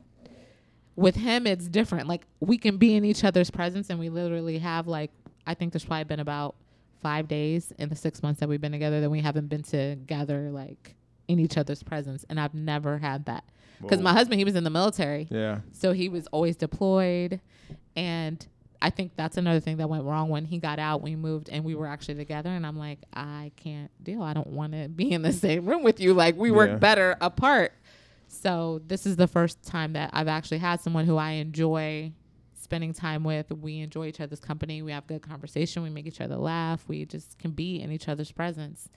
Speaker 2: with him it's different like we can be in each other's presence and we literally have like i think there's probably been about five days in the six months that we've been together that we haven't been together like in each other's presence and i've never had that because
Speaker 5: Whoa.
Speaker 2: my husband he was in the military
Speaker 5: yeah.
Speaker 2: so he was always deployed. And I think that's another thing that went wrong when he got out, we moved and we were actually together. And I'm like, I can't deal. I don't want to be in the same room with you. Like, we work
Speaker 5: Yeah.
Speaker 2: better apart. So this is the first time that I've actually had someone who I enjoy spending time with. We enjoy each other's company. We have good conversation. We make each other laugh. We just can be in each other's presence.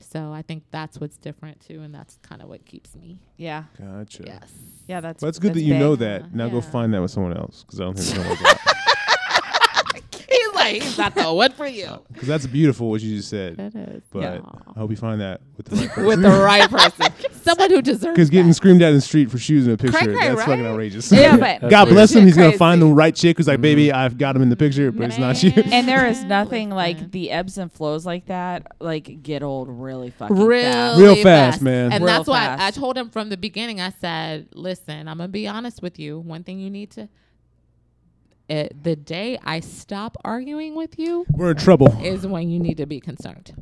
Speaker 2: So I think that's what's different too, and that's kind of what keeps me.
Speaker 1: yeah,
Speaker 5: Gotcha.
Speaker 2: Yes.
Speaker 1: yeah. That's
Speaker 5: But it's good that you
Speaker 1: big.
Speaker 5: know
Speaker 2: Yeah.
Speaker 5: that. Now go
Speaker 2: Yeah.
Speaker 5: find that with someone else because I don't think someone like that.
Speaker 2: He's like, he's not the one for
Speaker 1: Oh,
Speaker 2: you.
Speaker 5: Because that's beautiful what you just said.
Speaker 2: That is.
Speaker 5: But
Speaker 2: Aw.
Speaker 5: I hope you find that with the right
Speaker 2: with
Speaker 5: person.
Speaker 2: the right person, someone who deserves.
Speaker 5: Because getting
Speaker 2: that.
Speaker 5: screamed at in the street for shoes in a picture,
Speaker 2: Cray-cray,
Speaker 5: that's fucking
Speaker 2: right?
Speaker 5: outrageous.
Speaker 1: Yeah, but
Speaker 3: That's
Speaker 5: God
Speaker 3: weird.
Speaker 5: bless him. He's going
Speaker 1: Crazy.
Speaker 5: to find the right chick who's like, baby, I've got him in the picture, but it's not you.
Speaker 2: Man.
Speaker 1: and there is
Speaker 2: Yeah.
Speaker 1: nothing like
Speaker 2: Listen.
Speaker 1: the ebbs and flows like that. Like get old really fucking fast.
Speaker 2: really
Speaker 5: Real fast, man.
Speaker 2: And
Speaker 1: Real
Speaker 2: that's why I
Speaker 1: fast.
Speaker 2: told him from the beginning. I said, "Listen, I'm gonna be honest with you. One thing you need to." Uh, the day I stop arguing with you
Speaker 5: We're in trouble.
Speaker 2: is when you need to be concerned.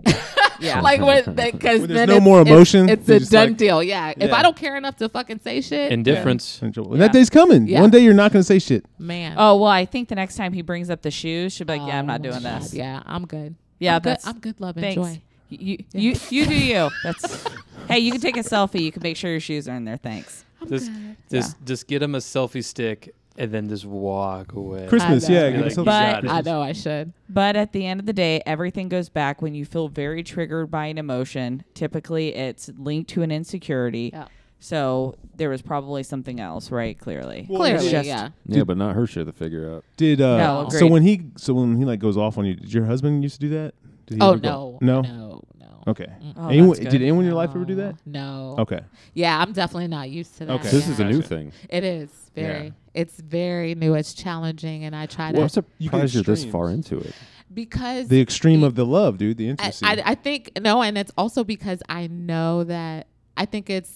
Speaker 2: Yeah. like when because
Speaker 5: When there's no more emotion,
Speaker 2: It's,
Speaker 5: you're
Speaker 2: a
Speaker 5: just
Speaker 2: done
Speaker 5: like-
Speaker 2: deal. Yeah. If
Speaker 5: Yeah.
Speaker 2: I don't care enough to fucking say shit,
Speaker 3: Indifference.
Speaker 5: And that day's coming.
Speaker 2: Yeah.
Speaker 5: One day you're not going to say shit.
Speaker 2: man.
Speaker 1: Oh well, I think the next time he brings up the shoes, she'll be like, "Yeah, I'm not
Speaker 2: Oh my
Speaker 1: doing
Speaker 2: God.
Speaker 1: this."
Speaker 2: Yeah, I'm good.
Speaker 1: Yeah,
Speaker 2: I'm good.
Speaker 1: that's-
Speaker 2: I'm good. Love and
Speaker 1: Thanks.
Speaker 2: joy.
Speaker 1: You, you you do you. That's hey, you can take a selfie. You can make sure your shoes are in there. Thanks.
Speaker 3: Just, just, just get him a selfie stick and then just walk away.
Speaker 5: Christmas,
Speaker 2: know.
Speaker 5: yeah.
Speaker 2: Be
Speaker 5: give
Speaker 3: like,
Speaker 5: yourself
Speaker 3: you
Speaker 5: a-
Speaker 3: got it.
Speaker 2: I know I should.
Speaker 1: But at the end of the day, everything goes back when you feel very triggered by an emotion. Typically, it's linked to an insecurity.
Speaker 2: Yeah.
Speaker 1: So there was probably something else, right? Clearly.
Speaker 5: Well,
Speaker 2: Clearly,
Speaker 1: it's just-
Speaker 2: yeah.
Speaker 4: Yeah, but not her shit to figure out.
Speaker 5: Did uh,
Speaker 1: No,
Speaker 5: so
Speaker 1: agreed.
Speaker 5: when he so when he like goes off on you, did your husband used to do that? Did he
Speaker 2: Oh
Speaker 5: ever
Speaker 2: no,
Speaker 5: go- no,
Speaker 2: no, no.
Speaker 5: Okay.
Speaker 1: Oh,
Speaker 5: anyone,
Speaker 1: that's good.
Speaker 5: did anyone in your life ever do that?
Speaker 2: No.
Speaker 5: Okay.
Speaker 2: Yeah, I'm definitely not used to that.
Speaker 5: Okay.
Speaker 4: This is a
Speaker 2: Yeah.
Speaker 4: new thing.
Speaker 2: It is very.
Speaker 5: Yeah.
Speaker 2: It's very new. It's challenging, and I try to
Speaker 4: Well, I'm
Speaker 5: You can
Speaker 4: surprised you're this
Speaker 5: extremes.
Speaker 4: far into it.
Speaker 2: because
Speaker 5: The extreme of the love, dude. The
Speaker 2: I,
Speaker 5: intimacy.
Speaker 2: I, I think no, and it's also because I know that I think it's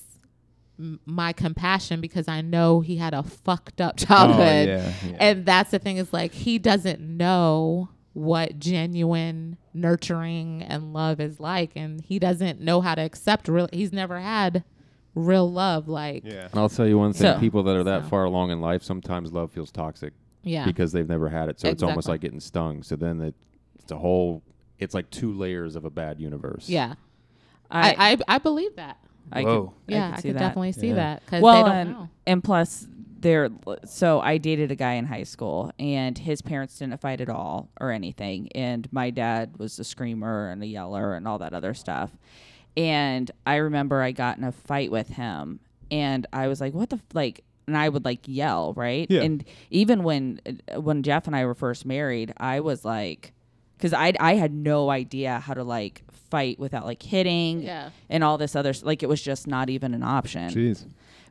Speaker 2: m- my compassion because I know he had a fucked up
Speaker 5: oh,
Speaker 2: childhood,
Speaker 5: yeah, yeah.
Speaker 2: and that's the thing is like he doesn't know what genuine nurturing and love is like, and he doesn't know how to accept real. He's never had real love, like
Speaker 5: yeah.
Speaker 4: And I'll tell you one thing:
Speaker 1: So-
Speaker 4: people that are that
Speaker 2: so.
Speaker 4: far along in life, sometimes love feels toxic
Speaker 2: yeah,
Speaker 4: because they've never had it. So it's almost
Speaker 2: Exactly.
Speaker 4: like getting stung. So then it, it's a whole. It's like two layers of a bad universe.
Speaker 2: yeah.
Speaker 1: I I,
Speaker 2: I, I I believe that.
Speaker 1: I could,
Speaker 3: Whoa.
Speaker 1: I
Speaker 2: Yeah, I
Speaker 1: could
Speaker 2: could,
Speaker 1: see that.
Speaker 2: definitely see
Speaker 5: Yeah.
Speaker 2: that because
Speaker 1: Well,
Speaker 2: they don't
Speaker 1: and
Speaker 2: know.
Speaker 1: and plus there so I dated a guy in high school and his parents didn't fight at all or anything and my dad was a screamer and a yeller and all that other stuff. And I remember I got in a fight with him and I was like what the f-? like and I would like yell, right?
Speaker 5: Yeah.
Speaker 1: And even when uh, when Jeff and I were first married, I was like cuz I I had no idea how to like fight without like hitting
Speaker 2: Yeah.
Speaker 1: and all this other s- like it was just not even an option.
Speaker 5: Jeez.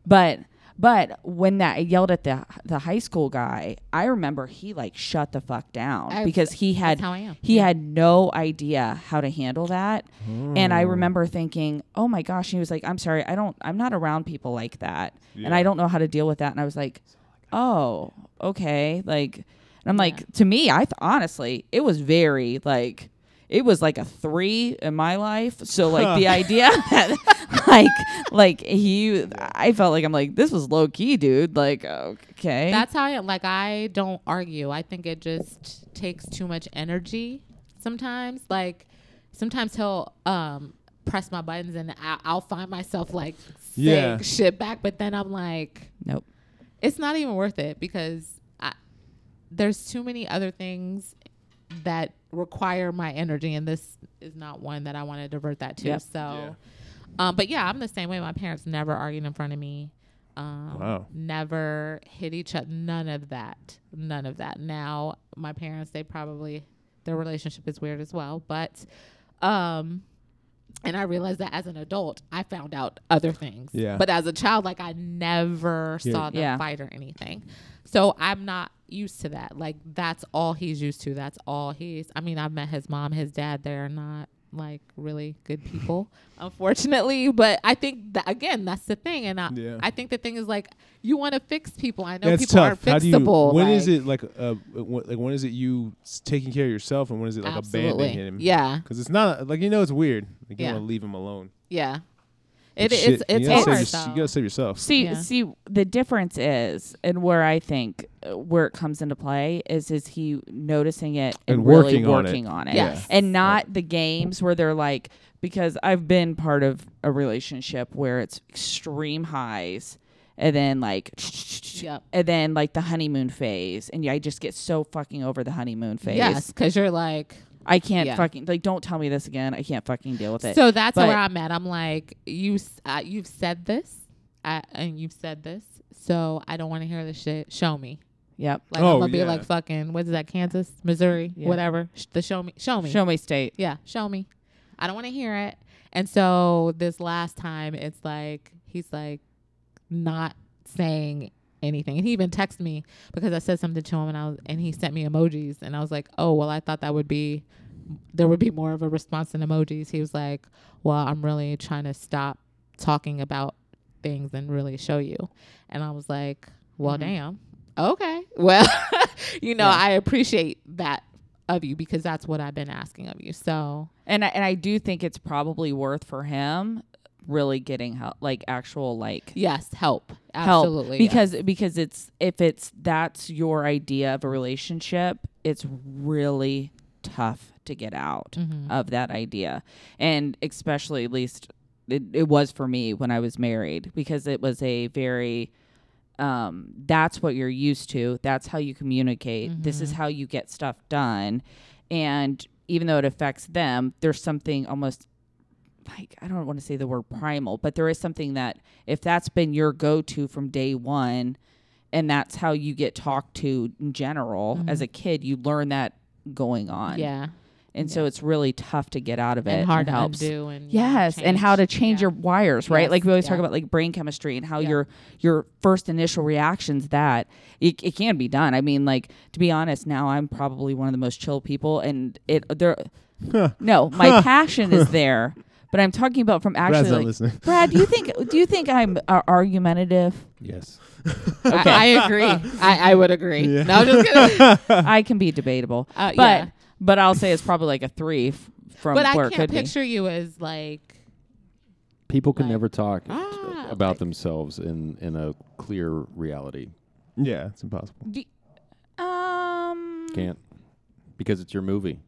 Speaker 1: But but when that I yelled at the the high school guy, I remember he like shut the fuck down
Speaker 2: I-
Speaker 1: because he had
Speaker 2: that's how I am.
Speaker 1: he had no idea how to handle that. And I remember thinking, "Oh my gosh." And he was like, "I'm sorry. I don't I'm not around people like that. And I don't know how to deal with that." And I was like, "Oh, okay." Like and I'm like, to me, I th- honestly, it was very like it was like a three in my life. So like the idea that like like he, I felt like I'm like this was low key, dude. Like okay,
Speaker 2: That's how I like. I don't argue. I think it just takes too much energy sometimes. Like sometimes he'll um press my buttons and I, I'll find myself like saying
Speaker 5: Yeah.
Speaker 2: shit back, but then I'm like,
Speaker 1: nope.
Speaker 2: it's not even worth it because I, there's too many other things that require my energy, and this is not one that I want to divert that to.
Speaker 1: Yep.
Speaker 2: So, um, but yeah, I'm the same way. My parents never argued in front of me. Um,
Speaker 5: Wow.
Speaker 2: Never hit each other. None of that. None of that. Now my parents, they probably their relationship is weird as well, but. Um, and I realized that as an adult, I found out other things.
Speaker 5: Yeah.
Speaker 2: But as a child, like I never
Speaker 5: Yeah.
Speaker 2: saw them
Speaker 1: Yeah.
Speaker 2: fight or anything. So I'm not used to that. Like that's all he's used to. That's all he's. I mean, I've met his mom, his dad. They're not like really good people, unfortunately. But I think that again, that's the thing. And I,
Speaker 5: Yeah.
Speaker 2: I think the thing is like you want to fix people. I know
Speaker 5: That's
Speaker 2: people
Speaker 5: tough.
Speaker 2: aren't
Speaker 5: How do you?
Speaker 2: fixable.
Speaker 5: When is
Speaker 2: like-
Speaker 5: it like uh, when, like when is it you s- taking care of yourself, and when is it like abandoning
Speaker 2: Absolutely.
Speaker 5: him?
Speaker 2: Yeah.
Speaker 5: Because it's not like you know it's weird. Like you
Speaker 2: Yeah.
Speaker 5: want to leave him alone.
Speaker 2: Yeah. It,
Speaker 5: But
Speaker 2: it's
Speaker 5: shit,
Speaker 2: it's
Speaker 5: you gotta,
Speaker 2: hard.
Speaker 5: save your, you
Speaker 2: though.
Speaker 5: gotta save yourself.
Speaker 1: See,
Speaker 2: Yeah.
Speaker 1: see, the difference is, and where I think uh, where it comes into play is, is he noticing it and,
Speaker 5: And
Speaker 1: really
Speaker 5: working on it.
Speaker 1: working on it,
Speaker 2: Yes.
Speaker 1: and not the games where they're like, because I've been part of a relationship where it's extreme highs. And then like,
Speaker 2: Yep.
Speaker 1: and then like the honeymoon phase, and I just get so fucking over the honeymoon phase.
Speaker 2: Yes, because you're like.
Speaker 1: I can't
Speaker 2: Yeah.
Speaker 1: fucking like. Don't tell me this again. I can't fucking deal with it.
Speaker 2: So that's
Speaker 1: But-
Speaker 2: where I'm at. I'm like, you, s- uh, you've said this, uh, and you've said this, so I don't want to hear this shit. Show me.
Speaker 1: yep.
Speaker 2: Like
Speaker 5: Oh,
Speaker 2: I'm gonna
Speaker 5: yeah.
Speaker 2: be like fucking what is that? Kansas, Missouri,
Speaker 1: Yeah.
Speaker 2: whatever. Sh- the show me, show me.
Speaker 1: Show me state.
Speaker 2: Yeah, show me. I don't want to hear it. And so this last time, it's like he's like not saying anything. And he even texted me because I said something to him, and I was, and he sent me emojis, and I was like, oh well, I thought that would be there would be more of a response in emojis. He was like, well, I'm really trying to stop talking about things and really show you. And I was like, well, damn. Okay. Well, you know,
Speaker 1: Yeah.
Speaker 2: I appreciate that of you because that's what I've been asking of you. So
Speaker 1: And I, and I do think it's probably worth for him really getting help, like actual like
Speaker 2: yes, help.
Speaker 1: help
Speaker 2: Absolutely. yes.
Speaker 1: because because it's if it's that's your idea of a relationship, it's really tough to get out
Speaker 2: Mm-hmm.
Speaker 1: of that idea, and especially at least it, it was for me when I was married because it was a very um, that's what you're used to. That's how you communicate. This is how you get stuff done. And even though it affects them, there's something almost like I don't want to say the word primal, but there is something that if that's been your go to from day one and that's how you get talked to in general as a kid, you learn that going on.
Speaker 2: yeah,
Speaker 1: And so it's really tough to get out of it.
Speaker 2: and hard
Speaker 1: it
Speaker 2: to
Speaker 1: helps.
Speaker 2: undo and yeah,
Speaker 1: Yes, and how to change
Speaker 2: Yeah.
Speaker 1: your wires, right?
Speaker 2: Yes,
Speaker 1: Like we always
Speaker 2: yeah.
Speaker 1: talk about, like brain chemistry and how
Speaker 2: Yeah.
Speaker 1: your your first initial reactions that it, it can be done. I mean, like to be honest, now I'm probably one of the most chill people, and it there. no, my passion is there, but I'm talking about from actually.
Speaker 5: Brad's not
Speaker 1: like-
Speaker 5: listening.
Speaker 1: Brad, do you think do you think I'm uh, argumentative?
Speaker 4: Yes.
Speaker 1: Okay.
Speaker 2: I, I agree. I, I would agree. No, I'm just kidding.
Speaker 1: I can be debatable,
Speaker 2: Uh,
Speaker 1: but
Speaker 2: yeah.
Speaker 1: but I'll say it's probably like a three f- from
Speaker 2: but I
Speaker 1: where it
Speaker 2: can't
Speaker 1: could be.
Speaker 2: picture you as like
Speaker 4: People can
Speaker 2: Like,
Speaker 4: never talk
Speaker 2: ah,
Speaker 4: about themselves in in a clear reality.
Speaker 5: Yeah, it's impossible.
Speaker 1: Um,
Speaker 2: Hmm.
Speaker 4: Can't because it's your movie.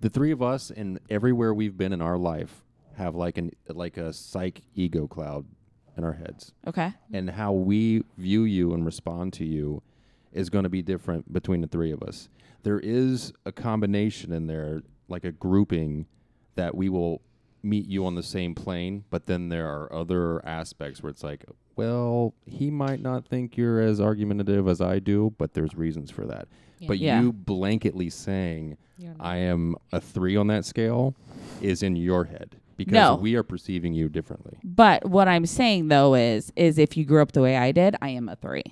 Speaker 4: The three of us and everywhere we've been in our life have like an like a psych ego cloud in our heads,
Speaker 1: okay,
Speaker 4: and how we view you and respond to you is going to be different between the three of us. There is a combination in there, like a grouping, that we will meet you on the same plane, but then there are other aspects where it's like, well, he might not think you're as argumentative as I do, but there's reasons for that. But
Speaker 1: Yeah.
Speaker 4: you blanketly saying,
Speaker 2: You're
Speaker 4: I am a three on that scale is in your head because
Speaker 1: No.
Speaker 4: we are perceiving you differently.
Speaker 1: But what I'm saying though is, is if you grew up the way I did, I am a three,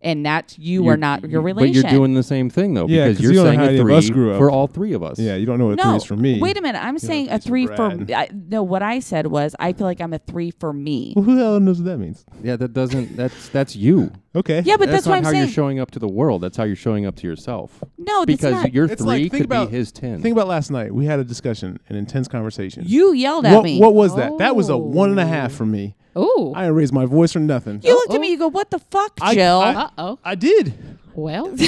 Speaker 1: and that's you are not your
Speaker 4: But
Speaker 1: relation.
Speaker 4: you're doing the same thing though,
Speaker 5: Yeah,
Speaker 4: because
Speaker 5: 'cause
Speaker 4: you're
Speaker 5: you don't know
Speaker 4: saying
Speaker 5: how
Speaker 4: a
Speaker 5: any of
Speaker 4: three
Speaker 5: us grew up.
Speaker 4: for all three of us.
Speaker 5: Yeah, you don't know what
Speaker 1: no,
Speaker 5: three is for me.
Speaker 1: Wait a minute, I'm saying a
Speaker 5: it's
Speaker 1: three
Speaker 5: Brad.
Speaker 1: for I, no. What I said was, I feel like I'm a three for me.
Speaker 5: Well, who the hell knows what that means?
Speaker 4: yeah. That doesn't. That's that's you.
Speaker 5: Okay.
Speaker 1: Yeah, but that's,
Speaker 4: not
Speaker 1: what I'm
Speaker 4: how
Speaker 1: saying.
Speaker 4: you're showing up to the world. That's how you're showing up to yourself.
Speaker 1: no, that's
Speaker 4: Because
Speaker 1: not.
Speaker 4: your
Speaker 5: It's like,
Speaker 4: three
Speaker 5: think
Speaker 4: could
Speaker 5: about-
Speaker 4: be his ten.
Speaker 5: Think about last night. We had a discussion, an intense conversation.
Speaker 1: you yelled at
Speaker 5: what,
Speaker 1: me.
Speaker 5: what was that? That was a
Speaker 2: Oh.
Speaker 5: one and a half for me.
Speaker 2: Ooh.
Speaker 5: I didn't raise my voice or nothing.
Speaker 1: you looked at me. You go, what the fuck,
Speaker 5: oh. I-
Speaker 1: Jill?
Speaker 5: I-
Speaker 2: Uh oh.
Speaker 5: I did.
Speaker 2: Well,
Speaker 5: But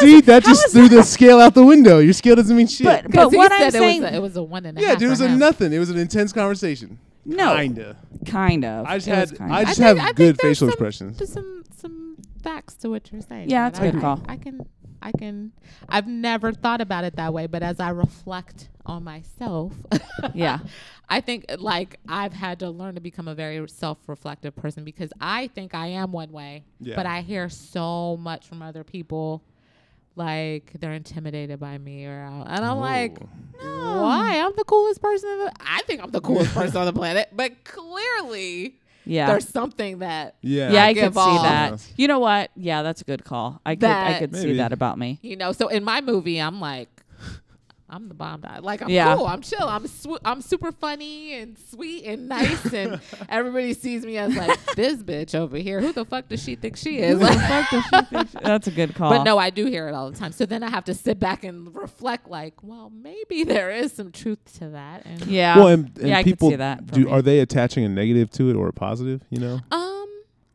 Speaker 5: see, that just threw the scale out the window. Your scale doesn't mean shit.
Speaker 1: but but
Speaker 2: because he
Speaker 1: what
Speaker 2: said
Speaker 1: I'm
Speaker 2: it
Speaker 1: saying,
Speaker 2: was a, it was a one and a half.
Speaker 5: yeah, dude, it was
Speaker 2: for
Speaker 5: a
Speaker 2: him.
Speaker 5: nothing. It was an intense conversation.
Speaker 1: no, kind,
Speaker 5: Kinda.
Speaker 1: of.
Speaker 5: I just
Speaker 1: It was
Speaker 5: had-
Speaker 1: kind
Speaker 5: I
Speaker 1: of.
Speaker 2: I
Speaker 5: just
Speaker 2: think-
Speaker 5: have
Speaker 2: I think
Speaker 5: good
Speaker 2: there's some-
Speaker 5: facial expressions.
Speaker 2: There's some some facts to what you're saying.
Speaker 1: Yeah,
Speaker 2: and
Speaker 1: that's a good
Speaker 2: I-
Speaker 1: call.
Speaker 2: I, I can I can I've never thought about it that way, but as I reflect on myself,
Speaker 1: yeah,
Speaker 2: I think like I've had to learn to become a very self-reflective person because I think I am one way,
Speaker 5: Yeah.
Speaker 2: but I hear so much from other people like they're intimidated by me or and I'm like why? I'm the coolest person. In the, I think I'm the coolest person on the planet, but clearly
Speaker 1: yeah.
Speaker 2: there's something that
Speaker 5: Yeah.
Speaker 1: yeah, I,
Speaker 2: I
Speaker 1: could
Speaker 2: give
Speaker 1: see
Speaker 2: off.
Speaker 1: that. You know what? Yeah, that's a good call. I could, I
Speaker 2: That-
Speaker 1: could see
Speaker 5: Maybe.
Speaker 1: that about me.
Speaker 2: you know. So in my movie, I'm like, I'm the bomb. dog. Like I'm
Speaker 1: Yeah.
Speaker 2: cool. I'm chill. I'm sw- I'm super funny and sweet and nice, and everybody sees me as like this bitch over here. Who the fuck does she think she is?
Speaker 1: That's a good call.
Speaker 2: But no, I do hear it all the time. So then I have to sit back and reflect, like, well, maybe there is some truth to that. And
Speaker 1: Yeah.
Speaker 5: Well, and, and
Speaker 1: yeah,
Speaker 5: people
Speaker 1: I could see that. for
Speaker 5: do.
Speaker 1: me.
Speaker 5: Are they attaching a negative to it or a positive? You know,
Speaker 2: um,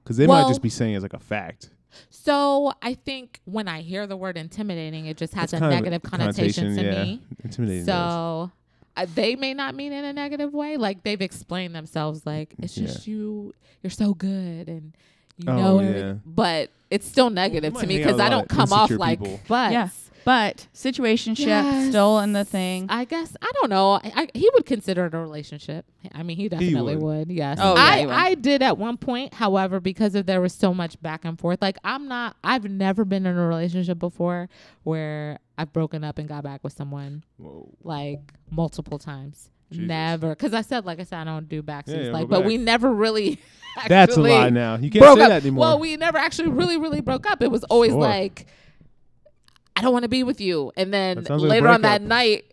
Speaker 5: because they might
Speaker 2: Well-
Speaker 5: just be saying it's like a fact.
Speaker 2: so I think when I hear the word intimidating, it just has
Speaker 5: It's
Speaker 2: a
Speaker 5: kind of
Speaker 2: negative connotation, to
Speaker 5: yeah.
Speaker 2: me.
Speaker 5: Intimidating. does.
Speaker 2: So uh, they may not mean it in a negative way. Like they've explained themselves, like it's
Speaker 5: Yeah.
Speaker 2: just you. You're so good, and you
Speaker 5: Oh,
Speaker 2: know.
Speaker 5: yeah.
Speaker 2: everything. But it's still negative
Speaker 5: might
Speaker 2: to me
Speaker 5: hang out
Speaker 2: because
Speaker 5: with a
Speaker 2: I
Speaker 5: lot
Speaker 2: don't
Speaker 5: of
Speaker 2: come off
Speaker 5: insecure
Speaker 2: like.
Speaker 5: people.
Speaker 2: But
Speaker 1: Yeah. But situationship
Speaker 2: Yes.
Speaker 1: still in the thing.
Speaker 2: I guess I don't know. I, I, he would consider it a relationship. I mean, he definitely would. Yes.
Speaker 1: Oh, yeah,
Speaker 2: I
Speaker 1: he would.
Speaker 2: I did at one point. However, because of there was so much back and forth, like I'm not. I've never been in a relationship before where I've broken up and got back with someone like multiple times. Never, because I said, like I said, I don't do backseats.
Speaker 5: Yeah, yeah,
Speaker 2: like,
Speaker 5: go
Speaker 2: but
Speaker 5: back.
Speaker 2: we never really. Actually
Speaker 5: That's a lie now. You can't
Speaker 2: broke
Speaker 5: say
Speaker 2: up.
Speaker 5: that anymore.
Speaker 2: Well, we never actually really, really broke up. It was always
Speaker 5: Sure.
Speaker 2: like, I don't want to be with you. And then
Speaker 5: That sounds like a
Speaker 2: later on that
Speaker 5: breakup.
Speaker 2: night,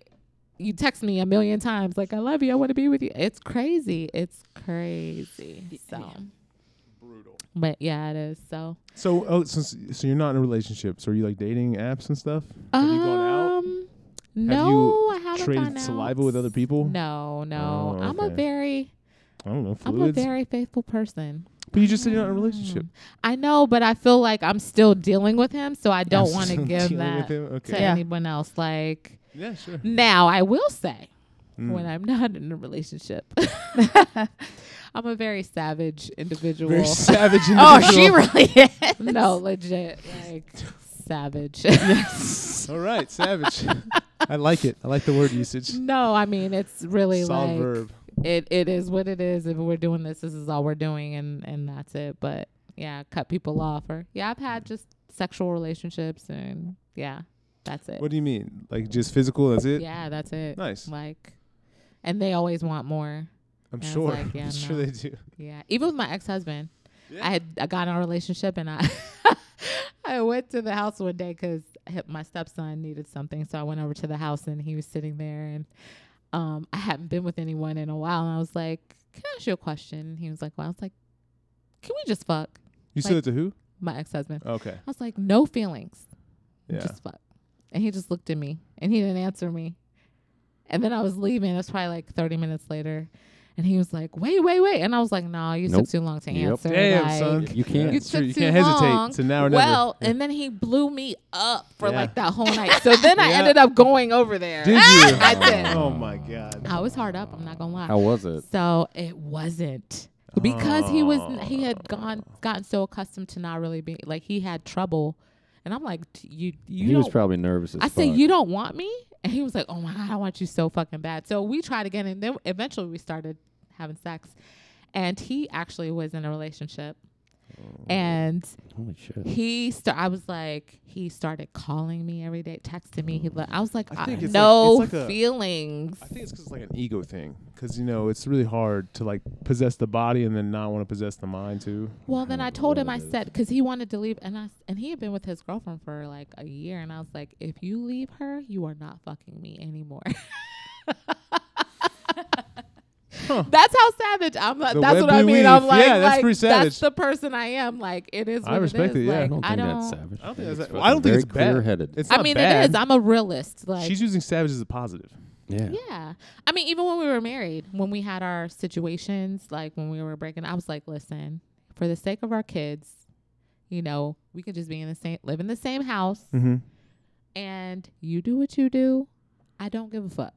Speaker 2: you text me a million times, like, I love you. I want to be with you. It's crazy. It's crazy. So brutal. But yeah, it is. So
Speaker 5: so, oh, so, so you're not in a relationship. So are you like dating apps and stuff? Have you gone out?
Speaker 2: um, No, I haven't gone
Speaker 5: Traded
Speaker 2: out.
Speaker 5: saliva with other people?
Speaker 2: No, no.
Speaker 5: Oh,
Speaker 2: I'm a
Speaker 5: okay.
Speaker 2: very,
Speaker 5: I don't know.
Speaker 2: I'm a
Speaker 5: Fluids.
Speaker 2: very faithful person.
Speaker 5: but you just said you're not in a relationship.
Speaker 2: I know, but I feel like I'm still dealing with him, so I don't
Speaker 5: I'm
Speaker 2: want to
Speaker 5: still
Speaker 2: give
Speaker 5: dealing
Speaker 2: that
Speaker 5: with him?
Speaker 2: to
Speaker 5: Okay.
Speaker 1: Yeah.
Speaker 2: anyone else. Like
Speaker 5: Yeah, sure.
Speaker 2: now, I will say when
Speaker 5: Mm.
Speaker 2: I'm not in a relationship, I'm a very savage individual.
Speaker 5: Very savage.
Speaker 1: Oh,
Speaker 5: individual.
Speaker 1: she really is.
Speaker 2: no, legit, like savage.
Speaker 5: All right, savage. I like it. I like the word usage.
Speaker 2: no, I mean it's really
Speaker 5: Solid
Speaker 2: like
Speaker 5: verb.
Speaker 2: it. It is what it is. If we're doing this, this is all we're doing, and and that's it. But yeah, cut people off, or yeah, I've had just sexual relationships, and yeah, that's it.
Speaker 5: What do you mean? Like just physical? That's it?
Speaker 2: Yeah, that's it.
Speaker 5: Nice.
Speaker 2: Like, and they always want more.
Speaker 5: I'm
Speaker 2: I was
Speaker 5: sure.
Speaker 2: like, yeah,
Speaker 5: I'm sure
Speaker 2: no.
Speaker 5: they do.
Speaker 2: Yeah. Even with my ex husband,
Speaker 5: Yeah.
Speaker 2: I had I got in a relationship and I I went to the house one day because my stepson needed something, so I went over to the house and he was sitting there and um I hadn't been with anyone in a while and I was like, "Can I ask you a question?" And he was like, "Well," I was like, "Can we just fuck?"
Speaker 5: You
Speaker 2: Like-
Speaker 5: said it to who?
Speaker 2: My ex husband.
Speaker 5: Okay.
Speaker 2: I was like, "No feelings."
Speaker 5: Yeah.
Speaker 2: just fuck. And he just looked at me and he didn't answer me. And then I was leaving. It was probably like 30 minutes later. And he was like, wait, wait, wait. And I was like, no, you
Speaker 4: Nope.
Speaker 2: took too long to
Speaker 4: Yep.
Speaker 2: answer.
Speaker 5: Damn,
Speaker 2: like,
Speaker 5: son.
Speaker 4: You can't.
Speaker 2: You
Speaker 5: It's true.
Speaker 2: took
Speaker 5: You
Speaker 2: too
Speaker 5: can't hesitate.
Speaker 2: long.
Speaker 5: So now or never.
Speaker 2: well, and then he blew me up for
Speaker 5: Yeah.
Speaker 2: like that whole night. So then I
Speaker 5: Yeah.
Speaker 2: ended up going over there.
Speaker 5: Did you?
Speaker 2: I did.
Speaker 5: Oh my god.
Speaker 2: I was hard up. I'm not going to lie.
Speaker 4: How was it?
Speaker 2: So it wasn't because he was
Speaker 5: oh.
Speaker 2: he had gone gotten so accustomed to not really being like he had trouble, and I'm like "T- you you
Speaker 4: he was
Speaker 2: don't-
Speaker 4: probably nervous as
Speaker 2: I
Speaker 4: fuck.
Speaker 2: said, "You don't want me," and he was like, "Oh my god, I want you so fucking bad." So we tried again, and then eventually we started having sex, and he actually was in a relationship,
Speaker 5: Oh.
Speaker 2: and
Speaker 4: Holy shit.
Speaker 2: he start. I was like, he started calling me every day, texting me. He, le- I was like,
Speaker 5: I think
Speaker 2: "I-
Speaker 5: it's like-
Speaker 2: no
Speaker 5: it's like a-
Speaker 2: feelings.
Speaker 5: I think it's because it's like an ego thing. Because you know, it's really hard to like possess the body and then not want to possess the mind too.
Speaker 2: Well, then
Speaker 4: don't
Speaker 2: I
Speaker 4: know
Speaker 2: told
Speaker 4: what
Speaker 2: him.
Speaker 4: it
Speaker 2: I
Speaker 4: is.
Speaker 2: said because he wanted to leave, and I s- and he had been with his girlfriend for like a year, and I was like, if you leave her, you are not fucking me anymore. That's how savage I'm. Like,
Speaker 5: The
Speaker 2: that's
Speaker 5: web
Speaker 2: what I
Speaker 5: we
Speaker 2: mean.
Speaker 5: weave.
Speaker 2: I'm like,
Speaker 5: Yeah, that's
Speaker 2: like,
Speaker 5: pretty savage.
Speaker 2: the person I am. Like it is. What
Speaker 5: I respect
Speaker 2: it, is.
Speaker 5: it, yeah.
Speaker 2: Like,
Speaker 5: I
Speaker 2: I
Speaker 4: I don't think
Speaker 2: don't.
Speaker 4: that's savage.
Speaker 5: I don't think that's.
Speaker 4: it's
Speaker 5: Well, I don't think
Speaker 4: very
Speaker 5: it's bad.
Speaker 4: clear-headed.
Speaker 5: It's
Speaker 2: I
Speaker 5: not
Speaker 2: mean,
Speaker 5: bad.
Speaker 2: it is. I'm a realist. Like
Speaker 5: She's using savage as a positive.
Speaker 4: Yeah.
Speaker 2: yeah. I mean, even when we were married, when we had our situations, like when we were breaking, I was like, listen, for the sake of our kids, you know, we could just be in the same, live in the same house,
Speaker 5: Mm-hmm.
Speaker 2: and you do what you do. I don't give a fuck.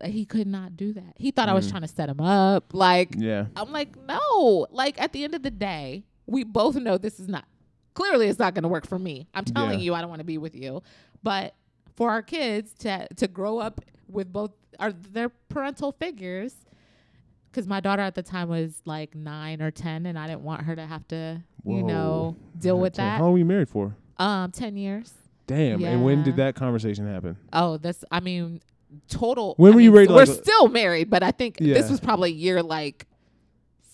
Speaker 2: Like, He could not do that. He thought I was
Speaker 5: Mm.
Speaker 2: trying to set him up. Like,
Speaker 5: Yeah.
Speaker 2: I'm like, no. Like, at the end of the day, we both know this is not, clearly, it's not going to work for me. I'm telling
Speaker 5: Yeah.
Speaker 2: you, I don't want to be with you. But for our kids to, to grow up with both are their parental figures, because my daughter at the time was like nine or 10, and I didn't want her to have to, you
Speaker 5: Whoa.
Speaker 2: know, deal with
Speaker 5: Okay.
Speaker 2: that.
Speaker 5: How long were you married for?
Speaker 2: Um, 10 years.
Speaker 5: Damn. And when did
Speaker 2: Yeah.
Speaker 5: that conversation happen?
Speaker 2: Oh, that's I mean, total.
Speaker 5: When
Speaker 2: I
Speaker 5: were you
Speaker 2: mean,
Speaker 5: married,
Speaker 2: We're
Speaker 5: like, uh,
Speaker 2: still married, but I think
Speaker 5: Yeah.
Speaker 2: this was probably year like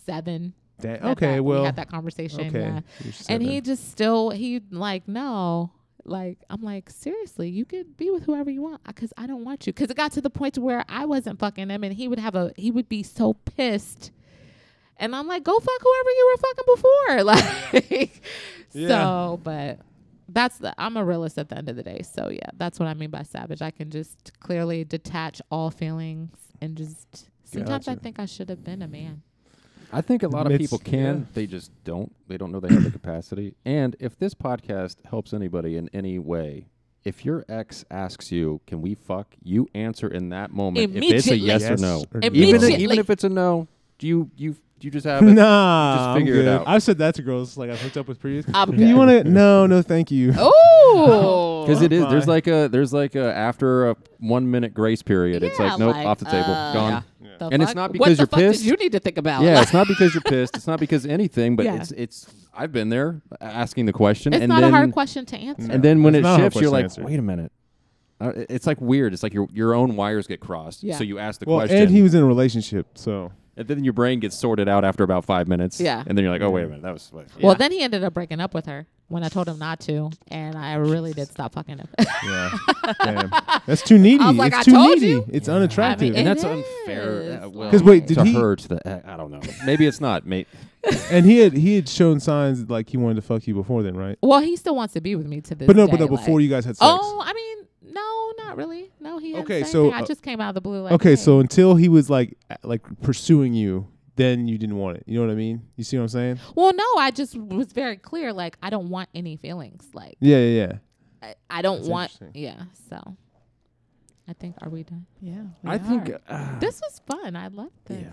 Speaker 2: seven.
Speaker 5: Damn.
Speaker 2: that
Speaker 5: Okay.
Speaker 2: that- we
Speaker 5: well.
Speaker 2: had that conversation.
Speaker 5: okay.
Speaker 2: yeah.
Speaker 5: You're
Speaker 2: and
Speaker 5: seven.
Speaker 2: he just still he like no. Like I'm like seriously, you could be with whoever you want because I don't want you. Because it got to the point to where I wasn't fucking him, and he would have a he would be so pissed, and I'm like, go fuck whoever you were fucking before, like.
Speaker 5: Yeah.
Speaker 2: So, but that's the I'm a realist at the end of the day. So yeah, that's what I mean by savage. I can just clearly detach all feelings and just sometimes I
Speaker 5: Gotcha.
Speaker 2: think I should have been a man.
Speaker 4: I think a lot of
Speaker 5: It's-
Speaker 4: people can.
Speaker 5: yeah.
Speaker 4: They just don't. They don't know they have the capacity. And if this podcast helps anybody in any way, if your ex asks you, "Can we fuck?" you answer in that moment. If it's a
Speaker 2: Immediately.
Speaker 4: yes,
Speaker 5: Yes
Speaker 4: or no,
Speaker 5: or
Speaker 4: even
Speaker 2: Immediately.
Speaker 4: if, even if it's a no, do you you you just have it?
Speaker 5: Nah,
Speaker 4: Just figure
Speaker 5: I'm
Speaker 4: it
Speaker 5: good.
Speaker 4: out.
Speaker 5: I've said that to girls like I've hooked up with previous.
Speaker 2: I'm
Speaker 5: You want to? No, no, thank you.
Speaker 2: Oh,
Speaker 4: Because it is. There's
Speaker 5: my.
Speaker 4: like a there's like a after a one minute grace period. it's like nope, off the table,
Speaker 2: uh,
Speaker 4: gone. And it's not because
Speaker 2: what the
Speaker 4: you're
Speaker 2: fuck did
Speaker 4: pissed.
Speaker 2: you need to think about.
Speaker 4: Yeah,
Speaker 2: Like,
Speaker 4: it's not because you're pissed. It's not because anything. But
Speaker 2: Yeah.
Speaker 4: it's it's. I've been there uh, asking the question,
Speaker 2: it's
Speaker 4: and
Speaker 2: not
Speaker 4: then Mm.
Speaker 2: a hard question to answer.
Speaker 4: and then when
Speaker 5: It's
Speaker 4: it
Speaker 5: not a hard
Speaker 4: shifts, you're
Speaker 5: question
Speaker 4: like,
Speaker 5: to answer.
Speaker 4: wait a minute. Uh, it- it's like weird. It's like your your own wires get crossed.
Speaker 2: Yeah.
Speaker 4: So you ask the
Speaker 5: Well,
Speaker 4: question,
Speaker 5: and he was in a relationship, so
Speaker 4: and then your brain gets sorted out after about five minutes.
Speaker 2: Yeah.
Speaker 4: and then you're like, oh wait a minute, that was. what-
Speaker 2: Well, then he ended up breaking up with her when I told him not to, and I really did stop fucking him.
Speaker 5: yeah, damn, that's too needy.
Speaker 2: I was like,
Speaker 5: it's
Speaker 2: I
Speaker 5: too
Speaker 2: told
Speaker 5: needy.
Speaker 2: you.
Speaker 5: It's
Speaker 2: I
Speaker 5: unattractive.
Speaker 2: mean,
Speaker 4: and
Speaker 2: it
Speaker 4: that's
Speaker 2: is,
Speaker 4: unfair. uh, well,
Speaker 5: 'Cause wait, did
Speaker 4: to
Speaker 5: he-
Speaker 4: her, to the eh, I don't know. Maybe it's not, mate.
Speaker 5: and he had he had shown signs that, like he wanted to fuck you before then, right?
Speaker 2: well, he still wants to be with me to this.
Speaker 5: But no,
Speaker 2: day,
Speaker 5: but no,
Speaker 2: like-
Speaker 5: before you guys had sex.
Speaker 2: Oh, I mean, No, not really. No, he. Had
Speaker 5: Okay,
Speaker 2: the same
Speaker 5: so,
Speaker 2: thing. I
Speaker 5: uh,
Speaker 2: just came out of the blue. Like,
Speaker 5: Okay,
Speaker 2: hey.
Speaker 5: so until he was like a- like pursuing you, then you didn't want it. You know what I mean? You see what I'm saying?
Speaker 2: Well, no, I just was very clear. Like, I don't want any feelings. Like,
Speaker 5: Yeah, yeah, yeah.
Speaker 2: I, I don't
Speaker 5: That's
Speaker 2: want.
Speaker 5: interesting.
Speaker 2: Yeah. So, I think are we done?
Speaker 1: Yeah.
Speaker 4: I think uh,
Speaker 2: This was fun. I loved this.
Speaker 4: Yeah.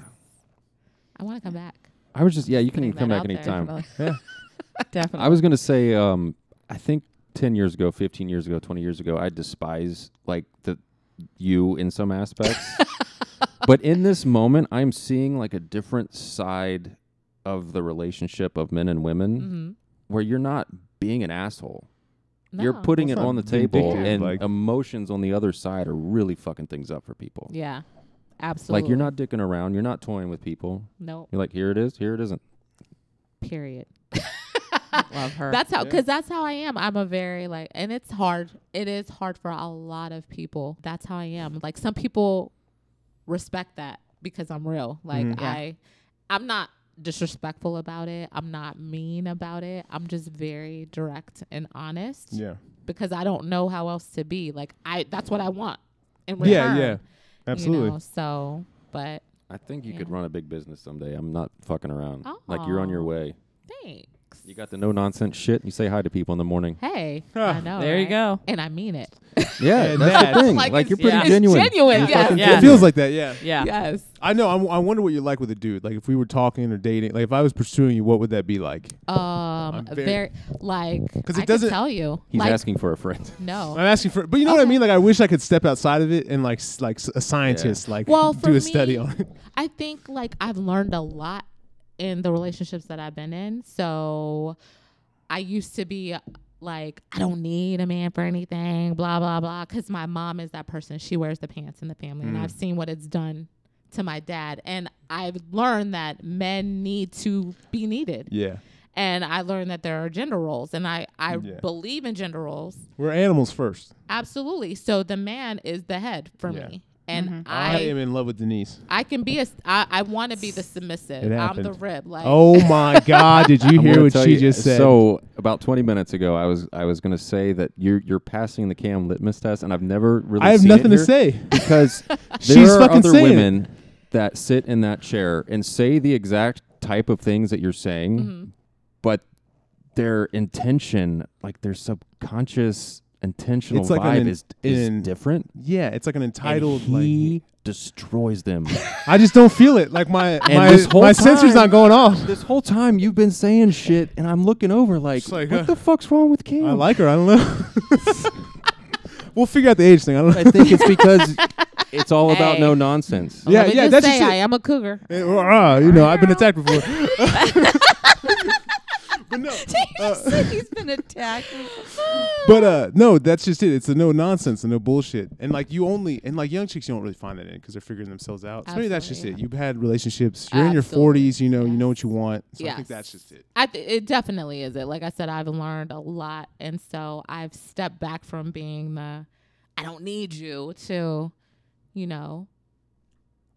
Speaker 2: I want to come back.
Speaker 4: I was just yeah. You can
Speaker 2: Putting
Speaker 4: come
Speaker 2: that
Speaker 4: back
Speaker 2: out there.
Speaker 4: anytime.
Speaker 1: definitely.
Speaker 4: I was gonna say, um, I think ten years ago, fifteen years ago, twenty years ago, I despise like the you in some aspects. but in this moment, I'm seeing like a different side of the relationship of men and women,
Speaker 2: Mm-hmm.
Speaker 4: where you're not being an asshole.
Speaker 2: No.
Speaker 4: You're putting
Speaker 5: That's
Speaker 4: it
Speaker 5: not
Speaker 4: on the table,
Speaker 5: vindictive,
Speaker 4: and
Speaker 5: like-
Speaker 4: emotions on the other side are really fucking things up for people.
Speaker 2: Yeah. Absolutely.
Speaker 4: Like you're not dicking around, you're not toying with people.
Speaker 2: No.
Speaker 4: You're like, here it is, here it isn't.
Speaker 2: Period.
Speaker 1: love her.
Speaker 2: That's how, because that's how I am. I'm a very like, and it's hard. It is hard for a lot of people. That's how I am. Like some people respect that because I'm real. Like
Speaker 5: Mhm.
Speaker 1: Yeah.
Speaker 2: I, I'm not disrespectful about it. I'm not mean about it. I'm just very direct and honest
Speaker 5: Yeah.
Speaker 2: because I don't know how else to be. Like I, that's what I want. In return,
Speaker 5: Yeah, yeah.
Speaker 2: you
Speaker 5: Absolutely.
Speaker 2: know? So, but
Speaker 4: I think you
Speaker 2: Yeah.
Speaker 4: could run a big business someday. I'm not fucking around. Like you're on your
Speaker 2: Aw.
Speaker 4: way.
Speaker 2: thanks.
Speaker 4: You got the no nonsense shit. And you say hi to people in the morning.
Speaker 2: Hey,
Speaker 5: Huh.
Speaker 2: I know.
Speaker 1: there you
Speaker 2: right?
Speaker 1: go.
Speaker 2: And I mean it.
Speaker 4: Yeah,
Speaker 5: Yeah,
Speaker 4: that's
Speaker 5: that's-
Speaker 4: the thing.
Speaker 2: Like,
Speaker 4: Like,
Speaker 2: it's-
Speaker 4: you're pretty
Speaker 1: yeah. It's
Speaker 4: genuine.
Speaker 2: Genuine.
Speaker 5: You
Speaker 2: yes.
Speaker 5: fucking-
Speaker 1: Yeah.
Speaker 5: It feels like that, yeah.
Speaker 1: Yeah.
Speaker 2: Yes.
Speaker 5: I know. I'm, I wonder what you're like with a dude. Like, if we were talking or dating, like, if I was pursuing you, what would that be like?
Speaker 2: Um,
Speaker 5: very-
Speaker 2: very, like because
Speaker 5: it
Speaker 2: it doesn't
Speaker 5: doesn't-
Speaker 2: tell you.
Speaker 4: He's
Speaker 2: like,
Speaker 4: asking for a friend.
Speaker 2: No.
Speaker 5: I'm asking for, but you know what I
Speaker 2: Okay.
Speaker 5: mean. Like, I wish I could step outside of it and like, s- like s- a scientist, like,
Speaker 2: Well, for
Speaker 5: do a
Speaker 2: me,
Speaker 5: study on it.
Speaker 2: I think like I've learned a lot in the relationships that I've been in. So I used to be like, I don't need a man for anything, blah, blah, blah. Because my mom is that person. She wears the pants in the family. And I've
Speaker 5: Mm.
Speaker 2: seen what it's done to my dad. And I've learned that men need to be needed.
Speaker 5: Yeah,
Speaker 2: And I learned that there are gender roles. And I, I
Speaker 5: Yeah.
Speaker 2: believe in gender roles.
Speaker 5: we're animals first.
Speaker 2: Absolutely. So the man is the head for
Speaker 5: Yeah.
Speaker 2: me. And
Speaker 5: I, am
Speaker 2: I,
Speaker 5: in love with Denise.
Speaker 2: I can be a, s- I, I want to be the submissive.
Speaker 5: It
Speaker 2: I'm the
Speaker 5: happened.
Speaker 2: rib. Like,
Speaker 5: Oh my God! Did you
Speaker 4: I'm
Speaker 5: hear
Speaker 4: gonna
Speaker 5: what
Speaker 4: tell
Speaker 5: she
Speaker 4: you-
Speaker 5: just said?
Speaker 4: So about 20 minutes ago, I was I was gonna say that you're you're passing the Cam litmus test, and I've never really.
Speaker 5: I have
Speaker 4: seen it
Speaker 5: nothing to
Speaker 4: here
Speaker 5: say.
Speaker 4: because there
Speaker 5: She's
Speaker 4: are
Speaker 5: fucking
Speaker 4: other
Speaker 5: saying it.
Speaker 4: women that sit in that chair and say the exact type of things that you're saying,
Speaker 5: Mm-hmm.
Speaker 4: but their intention, like their subconscious intentional
Speaker 5: It's like
Speaker 4: vibe,
Speaker 5: an-
Speaker 4: is is
Speaker 5: an-
Speaker 4: different.
Speaker 5: Yeah, it's like an
Speaker 4: And
Speaker 5: entitled.
Speaker 4: he
Speaker 5: like,
Speaker 4: destroys them.
Speaker 5: I just don't feel it. Like my my
Speaker 4: this whole
Speaker 5: my sensor's
Speaker 4: time-
Speaker 5: not going off.
Speaker 4: this whole time you've been saying shit, and I'm looking over like,
Speaker 5: It's like,
Speaker 4: what
Speaker 5: uh,
Speaker 4: the fuck's wrong with Cam?
Speaker 5: I like her. I don't know. we'll figure out the age thing. I don't know.
Speaker 4: I think it's because it's all about
Speaker 2: Hey.
Speaker 4: no nonsense.
Speaker 5: Yeah,
Speaker 2: Let me
Speaker 5: yeah,
Speaker 2: just
Speaker 5: that's
Speaker 2: say
Speaker 5: just it.
Speaker 2: I am a cougar.
Speaker 5: Eh, well, ah, you know, I've been attacked before. but no, Uh,
Speaker 1: He's been attacked.
Speaker 5: but uh, no, that's just it. It's the no nonsense, the no bullshit, and like you only and like young chicks, you don't really find that in because they're figuring themselves out. So maybe that's just
Speaker 2: Absolutely,
Speaker 5: it. You've had relationships. You're in your
Speaker 2: Absolutely,
Speaker 5: forties. You know, you know
Speaker 2: yes.
Speaker 5: what you want. So I think
Speaker 2: Yes.
Speaker 5: that's just it.
Speaker 2: I th- it definitely is it. Like I said, I've learned a lot, and so I've stepped back from being the I don't need you to, you know,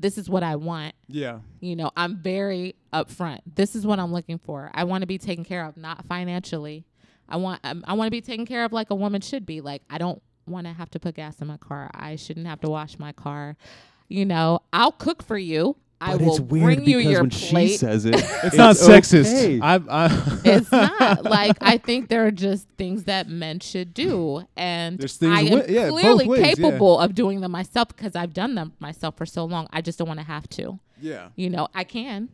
Speaker 2: this is what I want.
Speaker 5: Yeah,
Speaker 2: You know, I'm very upfront. This is what I'm looking for. I want to be taken care of, not financially. I want um, I want to be taken care of like a woman should be. Like I don't want to have to put gas in my car. I shouldn't have to wash my car. You know, I'll cook for you. I
Speaker 4: But
Speaker 2: will
Speaker 4: it's weird
Speaker 2: bring you
Speaker 4: because
Speaker 2: your
Speaker 4: when
Speaker 2: plate.
Speaker 4: she says it, it's,
Speaker 5: it's, not sexist.
Speaker 4: okay.
Speaker 5: I've, I
Speaker 2: it's not like I think there are just things that men should do, and
Speaker 5: There's things
Speaker 2: I am
Speaker 5: wi- yeah, both
Speaker 2: clearly
Speaker 5: ways, yeah.
Speaker 2: capable of doing them myself because I've done them myself for so long. I just don't want to have to.
Speaker 5: yeah.
Speaker 2: You know, I can,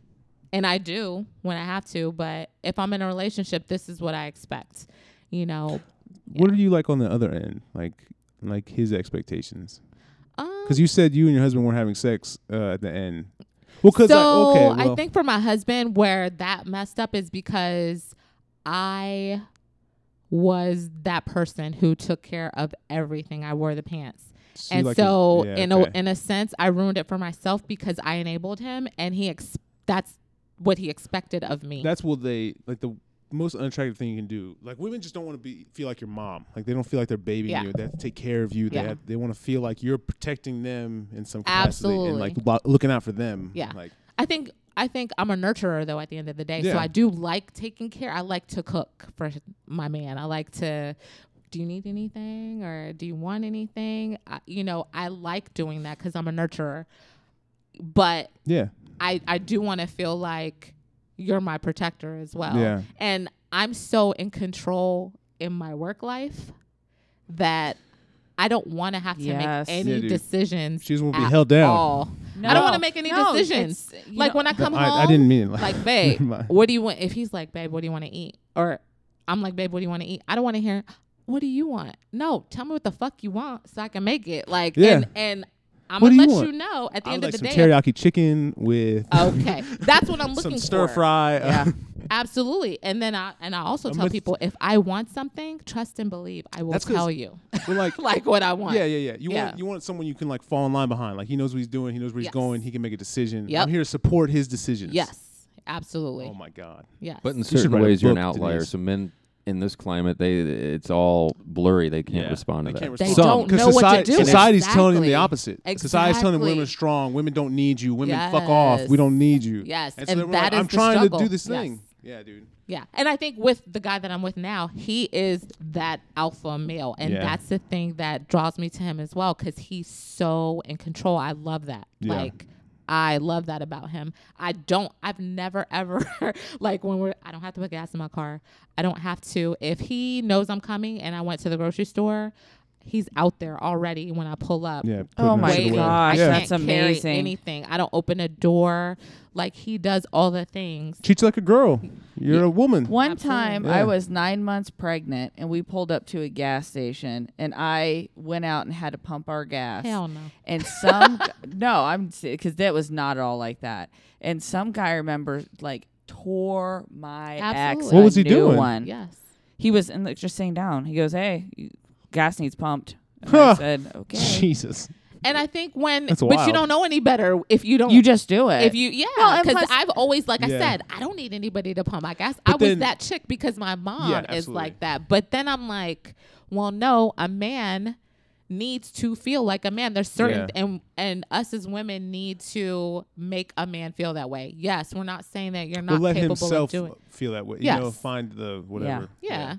Speaker 2: and I do when I have to. But if I'm in a relationship, this is what I expect. You know,
Speaker 5: What are you like on the other end? Like like his expectations.
Speaker 2: um,
Speaker 5: Because you said you and your husband weren't having sex uh, at the end. Well, because
Speaker 2: so
Speaker 5: I, okay, well,
Speaker 2: I think for my husband, where that messed up is because I was that person who took care of everything. I wore the pants.
Speaker 5: so you
Speaker 2: and
Speaker 5: like his-
Speaker 2: so
Speaker 5: yeah,
Speaker 2: in
Speaker 5: okay.
Speaker 2: a in a sense i ruined it for myself because i enabled him and he ex- that's what he expected of me
Speaker 5: that's what they like the most unattractive thing you can do. Like women just don't want to be feel like your mom. Like they don't feel like they're babying
Speaker 2: Yeah.
Speaker 5: you. They have to take care of you. They
Speaker 2: Yeah.
Speaker 5: have, they want to feel like you're protecting them in some capacity and like
Speaker 2: Absolutely.
Speaker 5: lo- looking out for them.
Speaker 2: Yeah.
Speaker 5: Like
Speaker 2: i think i think i'm a nurturer though at the end of the day so
Speaker 5: Yeah.
Speaker 2: i do like taking care i like to cook for my man i like to do you need anything or do you want anything? I, you know, I like doing that because I'm a nurturer, but
Speaker 5: Yeah.
Speaker 2: I, I do want to feel like you're my protector as well.
Speaker 5: Yeah.
Speaker 2: And I'm so in control in my work life that I don't want to have to
Speaker 1: Yes.
Speaker 2: make any
Speaker 5: Yeah, dude.
Speaker 2: decisions.
Speaker 5: She's gonna be
Speaker 2: at
Speaker 5: held down.
Speaker 2: all. I
Speaker 1: No.
Speaker 2: don't want to make any
Speaker 1: No,
Speaker 2: decisions.
Speaker 1: it's- you
Speaker 2: Like
Speaker 1: know-
Speaker 2: when I come
Speaker 5: I-
Speaker 2: home,
Speaker 5: I didn't mean it like-
Speaker 2: like babe,
Speaker 5: Never mind.
Speaker 2: what do you want? If he's like babe, what do you want to eat? Or I'm like babe, what do you want to eat? I don't want to hear. What do you want? No, tell me what the fuck you want so I can make it. Like
Speaker 5: Yeah.
Speaker 2: and and I'm
Speaker 5: What do
Speaker 2: gonna
Speaker 5: you
Speaker 2: let
Speaker 5: want?
Speaker 2: you know at the
Speaker 5: I would
Speaker 2: end
Speaker 5: like
Speaker 2: of the
Speaker 5: some
Speaker 2: day.
Speaker 5: teriyaki chicken with
Speaker 2: Okay, that's what I'm looking
Speaker 5: some
Speaker 2: for.
Speaker 5: stir fry.
Speaker 2: Yeah, absolutely. And then I and I also
Speaker 5: I'm
Speaker 2: tell
Speaker 5: with-
Speaker 2: people if I want something, trust and believe. I will
Speaker 5: That's 'cause
Speaker 2: tell you,
Speaker 5: We're like,
Speaker 2: like what I want.
Speaker 5: yeah, yeah, yeah. You
Speaker 2: Yeah.
Speaker 5: want you want someone you can like fall in line behind. Like he knows what he's doing. He knows where he's
Speaker 2: Yes.
Speaker 5: going. He can make a decision.
Speaker 2: Yep.
Speaker 5: I'm here to support his decisions.
Speaker 2: Yes, absolutely.
Speaker 5: Oh my god.
Speaker 2: Yes.
Speaker 4: But in
Speaker 5: should
Speaker 4: certain
Speaker 5: write a
Speaker 4: ways, you're an
Speaker 5: book,
Speaker 4: outlier.
Speaker 5: Denise.
Speaker 4: So men in this climate, they it's all blurry. They can't
Speaker 5: Yeah.
Speaker 4: respond to
Speaker 5: They
Speaker 4: that.
Speaker 5: can't
Speaker 2: They
Speaker 5: respond.
Speaker 2: don't
Speaker 5: Because
Speaker 2: know what to
Speaker 5: society-
Speaker 2: do.
Speaker 5: Society's telling them the
Speaker 2: Exactly.
Speaker 5: opposite. Society's telling them women are
Speaker 2: Exactly.
Speaker 5: strong. Women don't need you. Women fuck off. We
Speaker 2: Yes.
Speaker 5: don't need you.
Speaker 2: Yes,
Speaker 5: And, so
Speaker 2: and
Speaker 5: they were
Speaker 2: that
Speaker 5: like,
Speaker 2: is
Speaker 5: I'm
Speaker 2: the
Speaker 5: trying
Speaker 2: struggle.
Speaker 5: to do this
Speaker 2: Yes.
Speaker 5: thing. Yeah, dude.
Speaker 2: Yeah. And I think with the guy that I'm with now, he is that alpha male. And
Speaker 5: Yeah.
Speaker 2: that's the thing that draws me to him as well because he's so in control. I love that.
Speaker 5: Yeah.
Speaker 2: Like, I love that about him. I don't, I've never ever, like, when we're, I don't have to put gas in my car. I don't have to. If he knows I'm coming and I went to the grocery store, he's out there already when I pull up.
Speaker 5: Yeah.
Speaker 1: Oh
Speaker 5: putting that
Speaker 1: my
Speaker 5: shit away.
Speaker 1: gosh,
Speaker 5: Yeah.
Speaker 2: I
Speaker 1: that's
Speaker 2: can't carry
Speaker 1: amazing.
Speaker 2: anything. I don't open a door. Like, he does all the things.
Speaker 5: Treat you like a girl. You're a woman.
Speaker 1: One
Speaker 2: Absolutely.
Speaker 1: time
Speaker 5: Yeah.
Speaker 1: I was nine months pregnant and we pulled up to a gas station and I went out and had to pump our gas.
Speaker 2: Hell no.
Speaker 1: And some, no, I'm, because that was not at all like that. And some guy, I remember, like, tore my ex.
Speaker 2: Absolutely. What
Speaker 1: a
Speaker 5: was he
Speaker 1: new
Speaker 5: doing?
Speaker 1: One.
Speaker 2: Yes.
Speaker 1: He was in, like, just sitting down. He goes, hey, you- gas needs pumped. And I
Speaker 5: Huh.
Speaker 1: said, okay.
Speaker 5: Jesus.
Speaker 2: And I think when,
Speaker 5: That's
Speaker 2: but
Speaker 5: wild.
Speaker 2: you don't know any better if you don't.
Speaker 1: You just do it.
Speaker 2: if you yeah,
Speaker 1: Well, and
Speaker 2: because
Speaker 1: plus-
Speaker 2: I've always like
Speaker 5: Yeah.
Speaker 2: I said, I don't need anybody to pump my gas.
Speaker 5: But
Speaker 2: I
Speaker 5: then-
Speaker 2: was that chick because my mom
Speaker 5: Yeah,
Speaker 2: is
Speaker 5: absolutely.
Speaker 2: like that. But then I'm like, well, no, a man needs to feel like a man. There's certain
Speaker 5: Yeah.
Speaker 2: and and us as women need to make a man feel that way. Yes, we're not saying that you're
Speaker 5: But
Speaker 2: not
Speaker 5: let
Speaker 2: capable of
Speaker 5: himself
Speaker 2: doing.
Speaker 5: feel that way. You
Speaker 2: Yes.
Speaker 5: know, find the whatever.
Speaker 2: Yeah.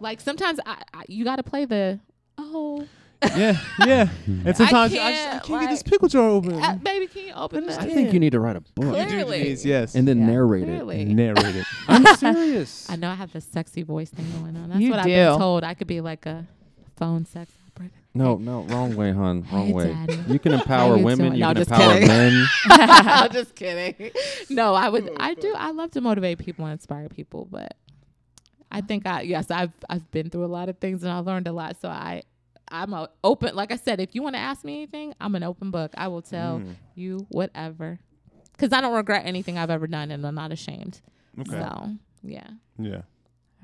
Speaker 2: Like sometimes I, I you got to play the oh
Speaker 5: Yeah. Yeah. and sometimes I, just, I
Speaker 2: can't,
Speaker 5: can't get this
Speaker 2: like-
Speaker 5: pickle jar open.
Speaker 2: uh, baby can you open
Speaker 4: I
Speaker 2: that?
Speaker 4: think you need to write a book
Speaker 5: You do,
Speaker 2: clearly.
Speaker 5: Denise, Yes.
Speaker 4: and then
Speaker 1: Yeah,
Speaker 4: narrate
Speaker 2: Clearly.
Speaker 5: narrate it.
Speaker 4: it. I'm serious.
Speaker 2: I know I have this sexy voice thing going on. That's
Speaker 1: You
Speaker 2: what I've been
Speaker 1: do.
Speaker 2: told. I could be like a phone sex operator.
Speaker 4: No, no, wrong way, hon. Wrong
Speaker 2: Hey,
Speaker 4: way.
Speaker 2: Daddy.
Speaker 4: You can empower
Speaker 2: you
Speaker 4: women.
Speaker 2: doing?
Speaker 4: You
Speaker 2: No,
Speaker 4: can
Speaker 2: just
Speaker 4: empower
Speaker 2: kidding.
Speaker 4: men.
Speaker 2: I'm just kidding. Mm-hmm. No, I would. I do. I love to motivate people and inspire people, but I think I yes, I've I've been through a lot of things and I learned a lot. So I I'm a open. Like I said, if you want to ask me anything, I'm an open book. I will tell
Speaker 4: Mm.
Speaker 2: you whatever, because I don't regret anything I've ever done, and I'm not ashamed. So yeah.
Speaker 5: Yeah.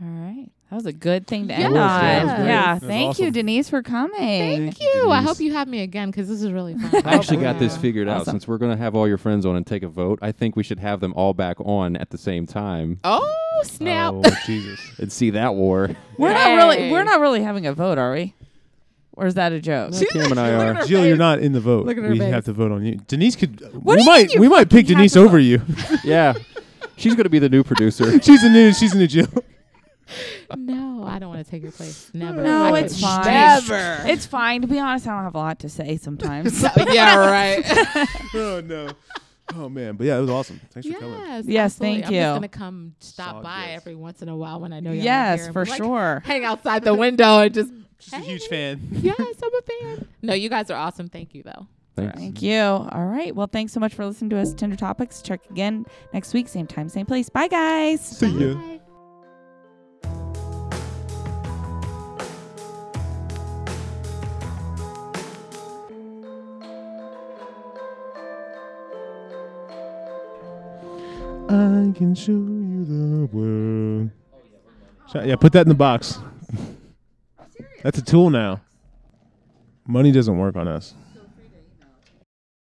Speaker 1: All right. That was a good thing to
Speaker 2: Yeah.
Speaker 1: end
Speaker 2: It was,
Speaker 1: on.
Speaker 2: yeah, that was
Speaker 1: Yeah.
Speaker 2: great.
Speaker 5: That was
Speaker 1: Thank you,
Speaker 5: awesome.
Speaker 1: Denise, for coming.
Speaker 2: Thank you. I
Speaker 4: Denise.
Speaker 2: hope you have me again because this is really fun.
Speaker 4: I actually got this
Speaker 2: Yeah.
Speaker 4: figured out.
Speaker 1: Awesome.
Speaker 4: Since we're going to have all your friends on and take a vote, I think we should have them all back on at the same time
Speaker 2: Oh snap!
Speaker 5: Oh Jesus.
Speaker 4: and see that war.
Speaker 1: We're not really
Speaker 2: Yay.
Speaker 1: we're not really having a vote, are we? Or is that a joke?
Speaker 4: Kim and I are.
Speaker 5: Jill, you're not in the vote.
Speaker 2: Look at her
Speaker 5: we
Speaker 2: face.
Speaker 5: have to vote on you. Denise could.
Speaker 1: do
Speaker 5: we
Speaker 1: you
Speaker 5: might.
Speaker 1: mean you
Speaker 5: we might pick
Speaker 1: fucking have
Speaker 5: Denise
Speaker 1: to
Speaker 5: over you.
Speaker 4: Yeah. She's going to be the new producer.
Speaker 5: she's a new. She's a new Jill.
Speaker 2: No, I don't want to take your place. Never.
Speaker 1: No,
Speaker 2: I
Speaker 1: it's
Speaker 2: could
Speaker 1: fine.
Speaker 2: Never.
Speaker 1: It's fine. To be honest, I don't have a lot to say sometimes.
Speaker 2: yeah, right.
Speaker 5: oh no. Oh man. But yeah, it was awesome. Thanks for coming.
Speaker 2: yes.
Speaker 1: Yes,
Speaker 2: absolutely.
Speaker 1: thank
Speaker 2: I'm just
Speaker 1: you.
Speaker 2: gonna come stop
Speaker 5: Solid
Speaker 2: by
Speaker 5: yes.
Speaker 2: every once in a while when I know you're
Speaker 1: yes,
Speaker 2: here and
Speaker 1: for
Speaker 2: be like,
Speaker 1: sure.
Speaker 2: Hang outside the window and just.
Speaker 5: She's a huge fan.
Speaker 2: Yes, I'm a fan. No, you guys are awesome. Thank you though.
Speaker 4: Thanks.
Speaker 1: Thank you. All right. Well, thanks so much for listening to us. Tinder Topics. Check again next week, same time, same place. Bye, guys.
Speaker 5: See ya.
Speaker 2: Bye.
Speaker 5: I can show you the world. Sh- Yeah, put that in the box. That's a tool now. Money doesn't work on us.